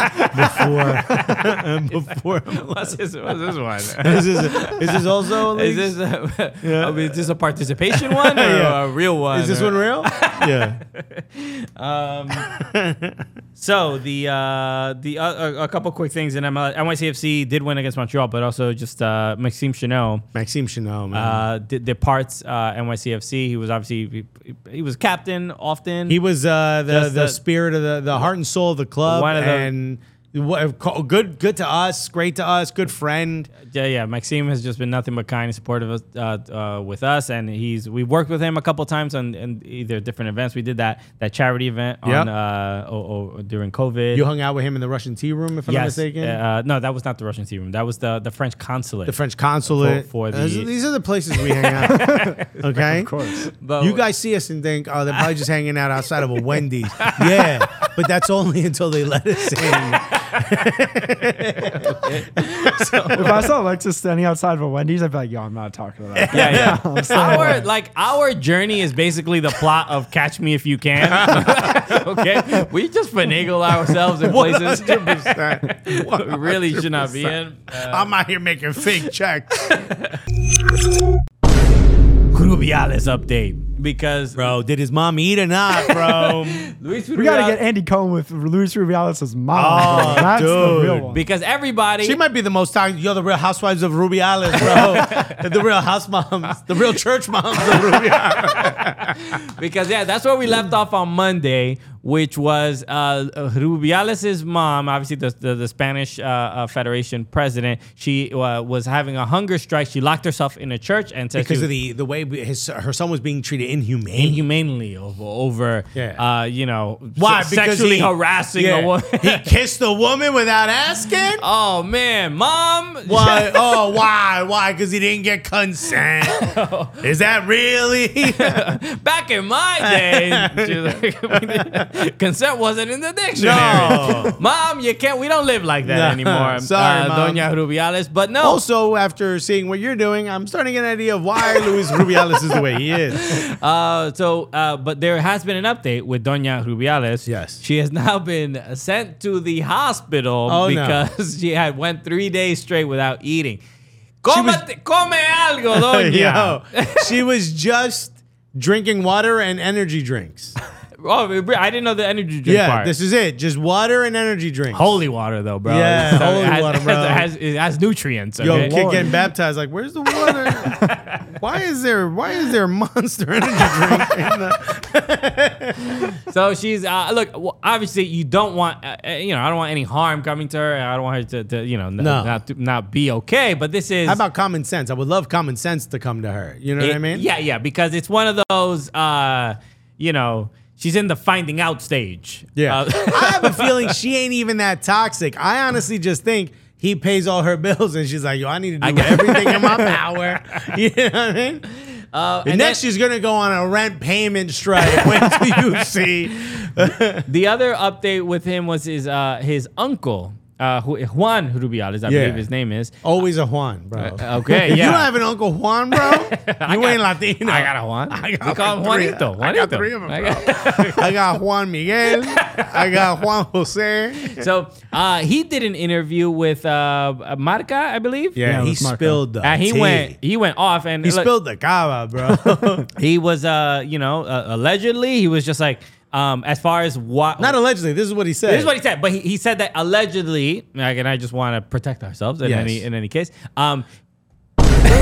Speaker 4: before. [laughs] before
Speaker 3: What's this, what's this one?
Speaker 4: this is this is also a
Speaker 3: Is
Speaker 4: league?
Speaker 3: this
Speaker 4: [laughs]
Speaker 3: a, I mean, is this a participation one or
Speaker 4: Yeah.
Speaker 3: a real one?
Speaker 4: is this one
Speaker 3: [laughs]
Speaker 4: real? yeah,
Speaker 3: So the uh, the uh, a- a couple quick things uh, in MLS. NYCFC did win against Montreal, but also just uh, Maxime Cheneau
Speaker 4: Maxime Chanel, man.
Speaker 3: uh, did, departs uh, NYCFC. He was obviously he, he was captain often.
Speaker 4: he was uh, the
Speaker 3: Just
Speaker 4: the
Speaker 3: the-
Speaker 4: spirit of the the heart and soul of the club,
Speaker 3: One of the-
Speaker 4: and what, co- good good to us, great to us, good friend.
Speaker 3: yeah, yeah. Maxime has just been nothing but kind and supportive uh, uh, with us, and he's we've worked with him a couple times on, on either different events. We did that that charity event on
Speaker 4: Yeah.
Speaker 3: uh, o- o- during COVID.
Speaker 4: You hung out with him in the Russian tea room, if I'm not
Speaker 3: yes.
Speaker 4: mistaken.
Speaker 3: Uh, no, that was not the Russian tea room. That was the, the French consulate.
Speaker 4: the French consulate.
Speaker 3: For- for
Speaker 4: Those-
Speaker 3: the-
Speaker 4: these are the places we hang
Speaker 3: [laughs]
Speaker 4: out. okay, of course.
Speaker 3: But-
Speaker 4: you guys see us and think, oh, they're probably just [laughs] hanging out outside of a Wendy's. yeah, but that's only until they let us [laughs] in.
Speaker 6: [laughs] If I saw Lexus standing outside of a Wendy's, I'd be like, yo, I'm not talking
Speaker 3: [laughs]
Speaker 6: to that.
Speaker 3: yeah,
Speaker 4: [laughs]
Speaker 3: yeah. our like our journey is basically the plot of Catch Me If You Can. [laughs] okay, we just finagle ourselves
Speaker 4: [laughs]
Speaker 3: in places we really should not be in. Uh,
Speaker 4: I'm out here making fake [laughs] checks,
Speaker 3: Rubiales update because
Speaker 4: bro. Did his mom eat or not, [laughs] bro?
Speaker 3: Luis
Speaker 6: We got to
Speaker 3: Rubiales-
Speaker 6: get Andy Cohen with Luis Rubiales' mom.
Speaker 4: Oh,
Speaker 6: [laughs] That's the real
Speaker 4: dude.
Speaker 6: one.
Speaker 3: because everybody.
Speaker 4: she might be the most talking. You're the real housewives of Rubiales, bro. [laughs] the real house moms, the real church moms of Rubiales.
Speaker 3: because yeah, that's where we left off on Monday, which was uh, Rubiales' mom, obviously the the, the Spanish uh, uh, Federation president. She uh, was having a hunger strike. She locked herself in a church and said she
Speaker 4: Because
Speaker 3: was-
Speaker 4: of the the way we- his, her son was being treated inhumane.
Speaker 3: inhumanely over, over
Speaker 4: Yeah.
Speaker 3: uh, you know,
Speaker 4: Why?
Speaker 3: se-
Speaker 4: Because
Speaker 3: sexually
Speaker 4: he-
Speaker 3: harassing a
Speaker 4: Yeah.
Speaker 3: woman.
Speaker 4: he [laughs] kissed a woman without asking.
Speaker 3: [laughs] oh man, mom.
Speaker 4: [laughs] Why? Oh, why? Why? Because he didn't get consent. Is that really?
Speaker 3: Back in
Speaker 4: [laughs]
Speaker 3: my day, she was like, [laughs] consent wasn't in the dictionary.
Speaker 4: No.
Speaker 3: Mom, you can't. We don't live like that
Speaker 4: No.
Speaker 3: anymore.
Speaker 4: Sorry,
Speaker 3: uh,
Speaker 4: Mom.
Speaker 3: Doña Rubiales. But no,
Speaker 4: [laughs] also, after seeing what you're doing, I'm starting to get an idea of why Luis Rubiales is the way he is. [laughs]
Speaker 3: Uh, so, uh, but there has been an update with Doña Rubiales.
Speaker 4: Yes.
Speaker 3: she has [laughs] now been sent to the hospital
Speaker 4: Oh, no.
Speaker 3: because [laughs] she had went three days straight without eating. Cómete, come algo, Doña.
Speaker 4: [laughs] Yo, she was just drinking water and energy drinks.
Speaker 3: Oh, I didn't know the energy drink
Speaker 4: Yeah,
Speaker 3: part.
Speaker 4: this is it. Just water and energy drinks.
Speaker 3: holy water, though, bro.
Speaker 4: Yeah,
Speaker 3: It's-
Speaker 4: holy
Speaker 3: it [laughs] has,
Speaker 4: water,
Speaker 3: it
Speaker 4: bro.
Speaker 3: Has, it has nutrients.
Speaker 4: Yo,
Speaker 3: Okay?
Speaker 4: kid getting baptized. Like, where's the water? [laughs] why is there? Why is there a monster [laughs] energy drink? In the-
Speaker 3: So she's uh, look. w- Obviously, you don't want uh, uh, you know. I don't want any harm coming to her. I don't want her to, to you know n-
Speaker 4: No.
Speaker 3: not to, not be okay. But this is
Speaker 4: How about common sense? I would love common sense to come to her. You know what I
Speaker 3: It-
Speaker 4: mean?
Speaker 3: Yeah, yeah, because it's one of those, uh, you know, she's in the finding out stage.
Speaker 4: Yeah.
Speaker 3: [laughs] Uh,
Speaker 4: I have a feeling she ain't even that toxic. I honestly just think he pays all her bills and she's like, yo, I need to do
Speaker 3: got- [laughs]
Speaker 4: [laughs] everything in my power. You know what I mean?
Speaker 3: Uh,
Speaker 4: And
Speaker 3: and
Speaker 4: next,
Speaker 3: then
Speaker 4: she's going to go on a rent payment strike. [laughs] Wait till you see.
Speaker 3: the other update with him was his uh, his uncle, uh, Ju- Juan Rubiales, I
Speaker 4: Yeah.
Speaker 3: believe his name is.
Speaker 4: Always a Juan, bro.
Speaker 3: Uh, okay,
Speaker 4: If
Speaker 3: yeah.
Speaker 4: [laughs] you don't have an Uncle Juan,
Speaker 3: [laughs]
Speaker 4: bro, you ain't Latino.
Speaker 3: I got a Juan.
Speaker 4: I got
Speaker 3: we call him
Speaker 4: three.
Speaker 3: Juanito.
Speaker 4: I
Speaker 3: Juanito.
Speaker 4: got three of them,
Speaker 3: I
Speaker 4: bro. I got Juan Miguel. I got Juan Jose.
Speaker 3: So uh, he did an interview with uh, Marca, I believe.
Speaker 6: Yeah, it
Speaker 4: he
Speaker 6: was Marco.
Speaker 4: spilled the.
Speaker 3: And he
Speaker 4: tea.
Speaker 3: went, he went off, and
Speaker 4: He
Speaker 3: look,
Speaker 4: spilled the cava,
Speaker 3: [laughs]
Speaker 4: bro.
Speaker 3: he was, uh, you know, uh, allegedly, he was just like, um, as far as what,
Speaker 4: Not allegedly. This is what he said.
Speaker 3: This is what he said, but he, he said that allegedly, like, and I just want to protect ourselves in
Speaker 4: Yes.
Speaker 3: any in any case. Um,
Speaker 6: Don't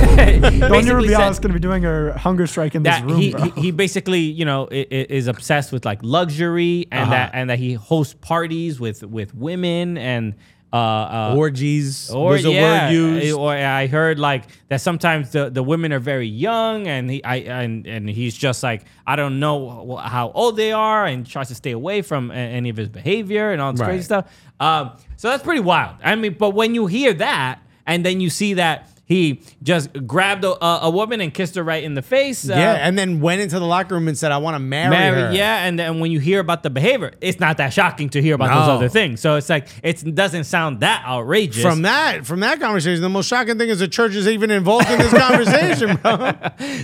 Speaker 6: you
Speaker 3: basically
Speaker 6: be
Speaker 3: said
Speaker 6: honest, going to be doing a hunger strike in this
Speaker 3: that
Speaker 6: room,
Speaker 3: he,
Speaker 6: bro. [laughs]
Speaker 3: he he basically you know i- i- is obsessed with like luxury and
Speaker 6: Uh-huh.
Speaker 3: that and that he hosts parties with with women and uh, uh
Speaker 4: Orgies
Speaker 3: or
Speaker 4: was a
Speaker 3: yeah, eh,
Speaker 4: word used.
Speaker 3: or I heard like that sometimes the, the women are very young, and he I and and he's just like I don't know wh- how old they are, and tries to stay away from a- any of his behavior and all this crazy
Speaker 4: Right.
Speaker 3: stuff. Um, so that's pretty wild. I mean, but when you hear that, and then you see that he just grabbed a, a, a woman and kissed her right in the face. Uh,
Speaker 4: yeah, and then went into the locker room and said, "I want to marry, her."
Speaker 3: Marry, yeah, and then when you hear about the behavior, it's not that shocking to hear about those
Speaker 4: No.
Speaker 3: other things. So it's like it doesn't sound that outrageous.
Speaker 4: From that, from that conversation, the most shocking thing is the church is even involved [laughs] in this conversation, bro.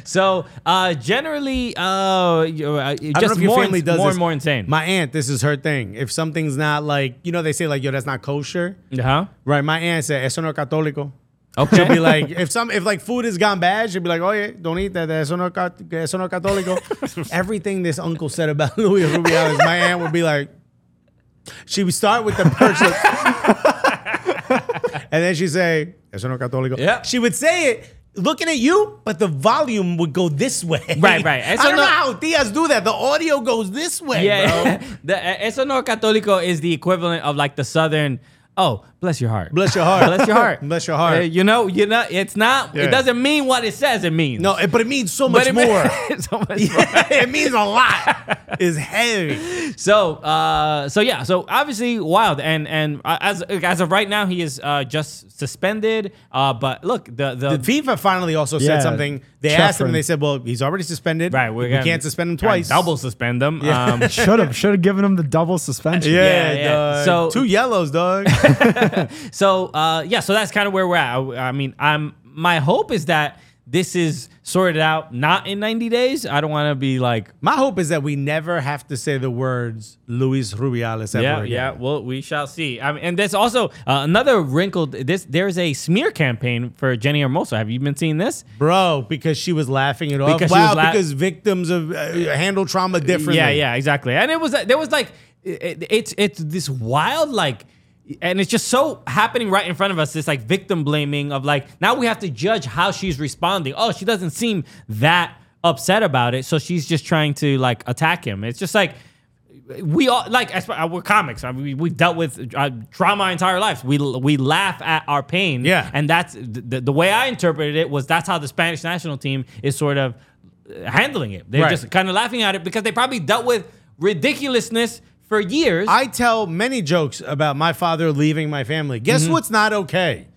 Speaker 3: So uh, generally, uh, you- uh,
Speaker 4: I don't know
Speaker 3: just
Speaker 4: if your
Speaker 3: more,
Speaker 4: family
Speaker 3: ins-
Speaker 4: does
Speaker 3: more
Speaker 4: this.
Speaker 3: and more insane.
Speaker 4: My aunt, this is her thing. If something's not like, you know, they say like, yo, that's not kosher,
Speaker 3: huh?
Speaker 4: right? My aunt said, eso no es católico.
Speaker 3: Okay. [laughs]
Speaker 4: She'll be like, if some, if like food has gone bad, she'll be like, oh yeah, don't eat that. Eso no, ca- eso
Speaker 3: [laughs]
Speaker 4: no católico. Everything this uncle said about [laughs] Luis Rubiales, my aunt would be like, she would start with the person,
Speaker 3: [laughs]
Speaker 4: and then she'd say, eso no católico.
Speaker 3: Yeah.
Speaker 4: She would say it. Looking at you, but the volume would go this way.
Speaker 3: Right, right.
Speaker 4: [laughs] I
Speaker 3: Eso
Speaker 4: don't
Speaker 3: no-
Speaker 4: know how tias do that. The audio goes this way,
Speaker 3: [laughs]
Speaker 4: bro.
Speaker 3: yeah, the uh, eso no católico is the equivalent of like the southern. Oh, bless your heart. [laughs]
Speaker 4: Bless your heart.
Speaker 3: Bless your heart.
Speaker 4: [laughs] Bless your heart.
Speaker 3: Uh, you know, you know, it's not. It
Speaker 4: Yeah.
Speaker 3: doesn't mean what it says. It means
Speaker 4: No, it- but it means so much
Speaker 3: it mean-
Speaker 4: more.
Speaker 3: [laughs] so much more.
Speaker 4: it means a lot. It's heavy.
Speaker 3: So, uh, so yeah, so obviously wild, and and uh, as as of right now, he is uh, just suspended. Uh, but look, the the,
Speaker 4: FIFA finally also
Speaker 6: Yeah,
Speaker 4: said something. They
Speaker 6: chuffing.
Speaker 4: asked him and they said, well, he's already suspended.
Speaker 3: right, we're
Speaker 4: we
Speaker 3: gonna-
Speaker 4: can't suspend him
Speaker 3: gonna
Speaker 4: twice.
Speaker 3: double suspend him. Um, [laughs]
Speaker 6: should have should have given him the double suspension.
Speaker 4: Yeah,
Speaker 3: Yeah, yeah.
Speaker 4: dog.
Speaker 3: So-
Speaker 4: two
Speaker 3: [laughs]
Speaker 4: yellows, dog.
Speaker 3: So uh, yeah, so that's kind of where we're at. I, I mean, I'm my hope is that this is sorted out not in 90 days. I don't want to be like
Speaker 4: My hope is that we never have to say the words Luis Rubiales ever
Speaker 3: yeah,
Speaker 4: again.
Speaker 3: yeah. Well, we shall see. I mean, and there's also uh, another wrinkled. This there's a smear campaign for Jenny Hermoso. Have you been seeing this?
Speaker 4: Bro, because she was laughing it off.
Speaker 3: Because she
Speaker 4: wow,
Speaker 3: was la-
Speaker 4: because victims of uh, handle trauma differently.
Speaker 3: Yeah, yeah, exactly. And it was there was like it, it- it's it's this wild like. And it's just so happening right in front of us. This like victim blaming of like now we have to judge how she's responding. Oh, she doesn't seem that upset about it, so she's just trying to like attack him. It's just like we all like as far- we're comics. I mean, we've dealt with uh, trauma our entire lives. We we laugh at our pain.
Speaker 4: Yeah.
Speaker 3: and that's the, the way I interpreted it was that's how the Spanish national team is sort of uh, handling it. They're
Speaker 4: Right.
Speaker 3: just kind of laughing at it because they probably dealt with ridiculousness for years.
Speaker 4: I tell many jokes about my father leaving my family. Guess what's not
Speaker 3: [laughs]
Speaker 4: okay?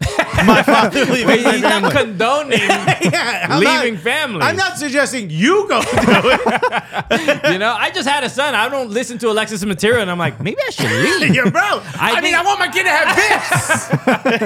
Speaker 4: my father leaving
Speaker 3: [laughs]
Speaker 4: my
Speaker 3: Mm-hmm. He's not
Speaker 4: family.
Speaker 3: condoning,
Speaker 4: [laughs] yeah, I'm
Speaker 3: leaving
Speaker 4: not,
Speaker 3: families.
Speaker 4: I'm not suggesting you go [laughs] do it.
Speaker 3: you know. I just had a son. I don't listen to Alexis material, and I'm like, maybe I should leave.
Speaker 4: yeah, bro. [laughs] I, mean,
Speaker 3: think-
Speaker 4: I want my kid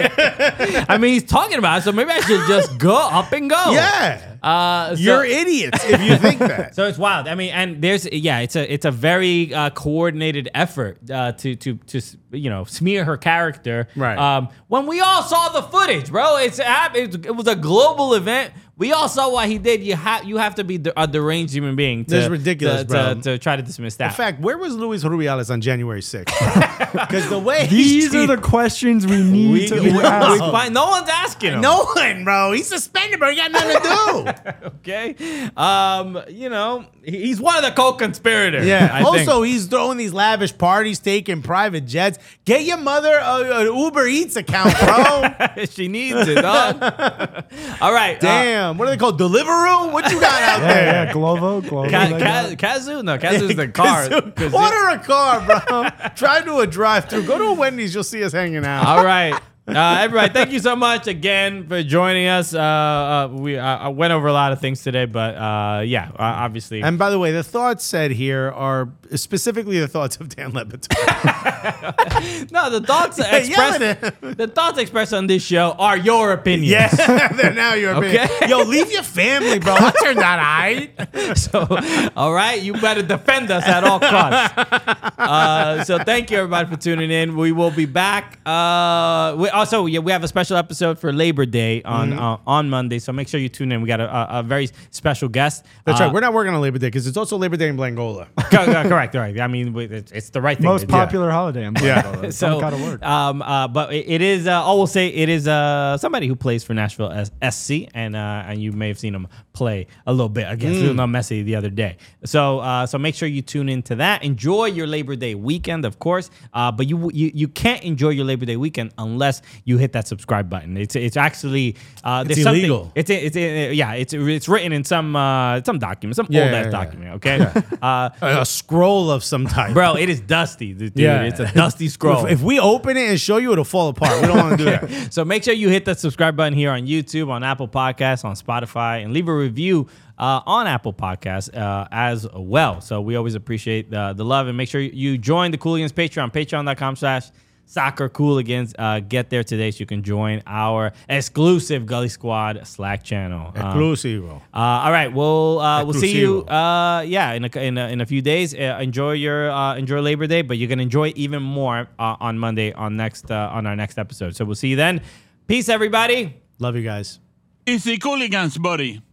Speaker 4: to have this.
Speaker 3: I mean, he's talking about it, so maybe I should just go up and go.
Speaker 4: yeah.
Speaker 3: uh, so-
Speaker 4: You're idiots if you think that.
Speaker 3: So it's wild. I mean, and there's yeah, it's a it's a very uh, coordinated effort uh, to to to s- you know smear her character.
Speaker 4: Right.
Speaker 3: Um, when we all saw the footage, bro, it's hap- it's- it was a global event. We all saw what he did. You have you have to be de- a deranged human being. To,
Speaker 4: This is ridiculous,
Speaker 3: to,
Speaker 4: bro.
Speaker 3: To, to try to dismiss that.
Speaker 4: In fact, where was Luis Rubiales on January [laughs] 6th? Because the way he's
Speaker 6: These are the
Speaker 4: treated-
Speaker 6: questions we need
Speaker 3: we,
Speaker 6: to
Speaker 3: we-
Speaker 6: be
Speaker 3: we [laughs]
Speaker 6: asking.
Speaker 3: find- no one's asking him.
Speaker 4: no one, bro. He's suspended, bro. He got nothing to do.
Speaker 3: Okay. Um, you know, he- he's one of the co-conspirators. I think.
Speaker 4: also, he's throwing these lavish parties, taking private jets. Get your mother a, an Uber Eats account,
Speaker 3: [laughs]
Speaker 4: bro.
Speaker 3: she needs it, dog.
Speaker 4: [laughs]
Speaker 3: all right. uh,
Speaker 4: Damn. What are they called? Deliveroo? What you got out
Speaker 6: [laughs] yeah,
Speaker 4: there?
Speaker 6: yeah, Glovo, Glovo.
Speaker 3: Ka-
Speaker 6: like
Speaker 3: Ka-
Speaker 4: uh,
Speaker 6: that.
Speaker 3: Kazoo? No,
Speaker 4: [laughs]
Speaker 3: Kazoo's the [laughs] car. Kazoo.
Speaker 4: Order a car, bro. Drive to a drive-through. Go to a Wendy's. You'll see us hanging out.
Speaker 3: All right. Uh, everybody, thank you so much again for joining us. Uh, uh, we I, I went over a lot of things today, but uh, yeah, uh, obviously.
Speaker 4: And by the way, the thoughts said here are specifically the thoughts of Dan Lepitor.
Speaker 3: [laughs] no, the
Speaker 4: [laughs]
Speaker 3: thoughts
Speaker 4: yell
Speaker 3: expressed
Speaker 4: at
Speaker 3: [laughs]
Speaker 4: him.
Speaker 3: the thoughts expressed on this show are your opinions.
Speaker 4: Yeah, [laughs] they're now your opinion.
Speaker 3: Okay. Uh,
Speaker 4: Yo, leave your family, bro. I turned
Speaker 3: [laughs]
Speaker 4: out all right.
Speaker 3: So, all right, you better defend us at all costs. Uh, so, thank you everybody for tuning in. We will be back. Uh, we also yeah, we have a special episode for Labor Day on uh, on Monday. So make sure you tune in. We got a, a, a very special guest.
Speaker 4: That's
Speaker 3: Uh,
Speaker 4: right. We're not working on Labor Day because it's also Labor Day in
Speaker 3: [laughs]
Speaker 4: Blangola.
Speaker 3: co- co- correct, right. I mean, we- it's it's the right thing. to
Speaker 6: Most
Speaker 3: do.
Speaker 6: popular holiday. I'm
Speaker 4: Yeah.
Speaker 3: [laughs]
Speaker 6: yeah.
Speaker 3: So,
Speaker 6: gotta work.
Speaker 3: Um, uh, but it- it is. Uh, I will say it is uh, somebody who plays for Nashville S- SC, and uh, and you may have seen him play a little bit against
Speaker 4: Mm.
Speaker 3: Lionel Messi the other day. So uh, so make sure you tune into that. Enjoy your Labor Day weekend, of course. Uh, but you, you you can't enjoy your Labor Day weekend unless you hit that subscribe button. It's it's actually uh, there's something-
Speaker 4: illegal.
Speaker 3: It's it's uh, yeah. It's it's written in some uh, some document, some
Speaker 4: Yeah,
Speaker 3: old
Speaker 4: yeah,
Speaker 3: ass
Speaker 4: yeah.
Speaker 3: document. Okay. [laughs] Uh,
Speaker 4: a scroll of some type.
Speaker 3: Bro, it is dusty, dude.
Speaker 4: Yeah.
Speaker 3: It's a dusty scroll.
Speaker 4: [laughs] If, if we open it and show you, it'll fall apart. We don't want
Speaker 3: [laughs]
Speaker 4: to do that.
Speaker 3: So make sure you hit that subscribe button here on YouTube, on Apple Podcasts, on Spotify, and leave a review uh, on Apple Podcasts uh, as well. So we always appreciate the, the love. And make sure you join the Cooligans Patreon, patreon.com slash soccer cooligans. Uh, get there today so you can join our exclusive Gully Squad Slack channel. Um,
Speaker 4: Exclusivo.
Speaker 3: uh, all right, we'll uh, we'll see you.
Speaker 4: Exclusivo.
Speaker 3: Uh, yeah, in a, in a, in a few days. Uh, enjoy your uh, enjoy Labor Day, but you're gonna enjoy even more uh, on Monday on next uh, on our next episode. So we'll see you then. Peace, everybody.
Speaker 4: Love you guys.
Speaker 7: It's the Cooligans, buddy.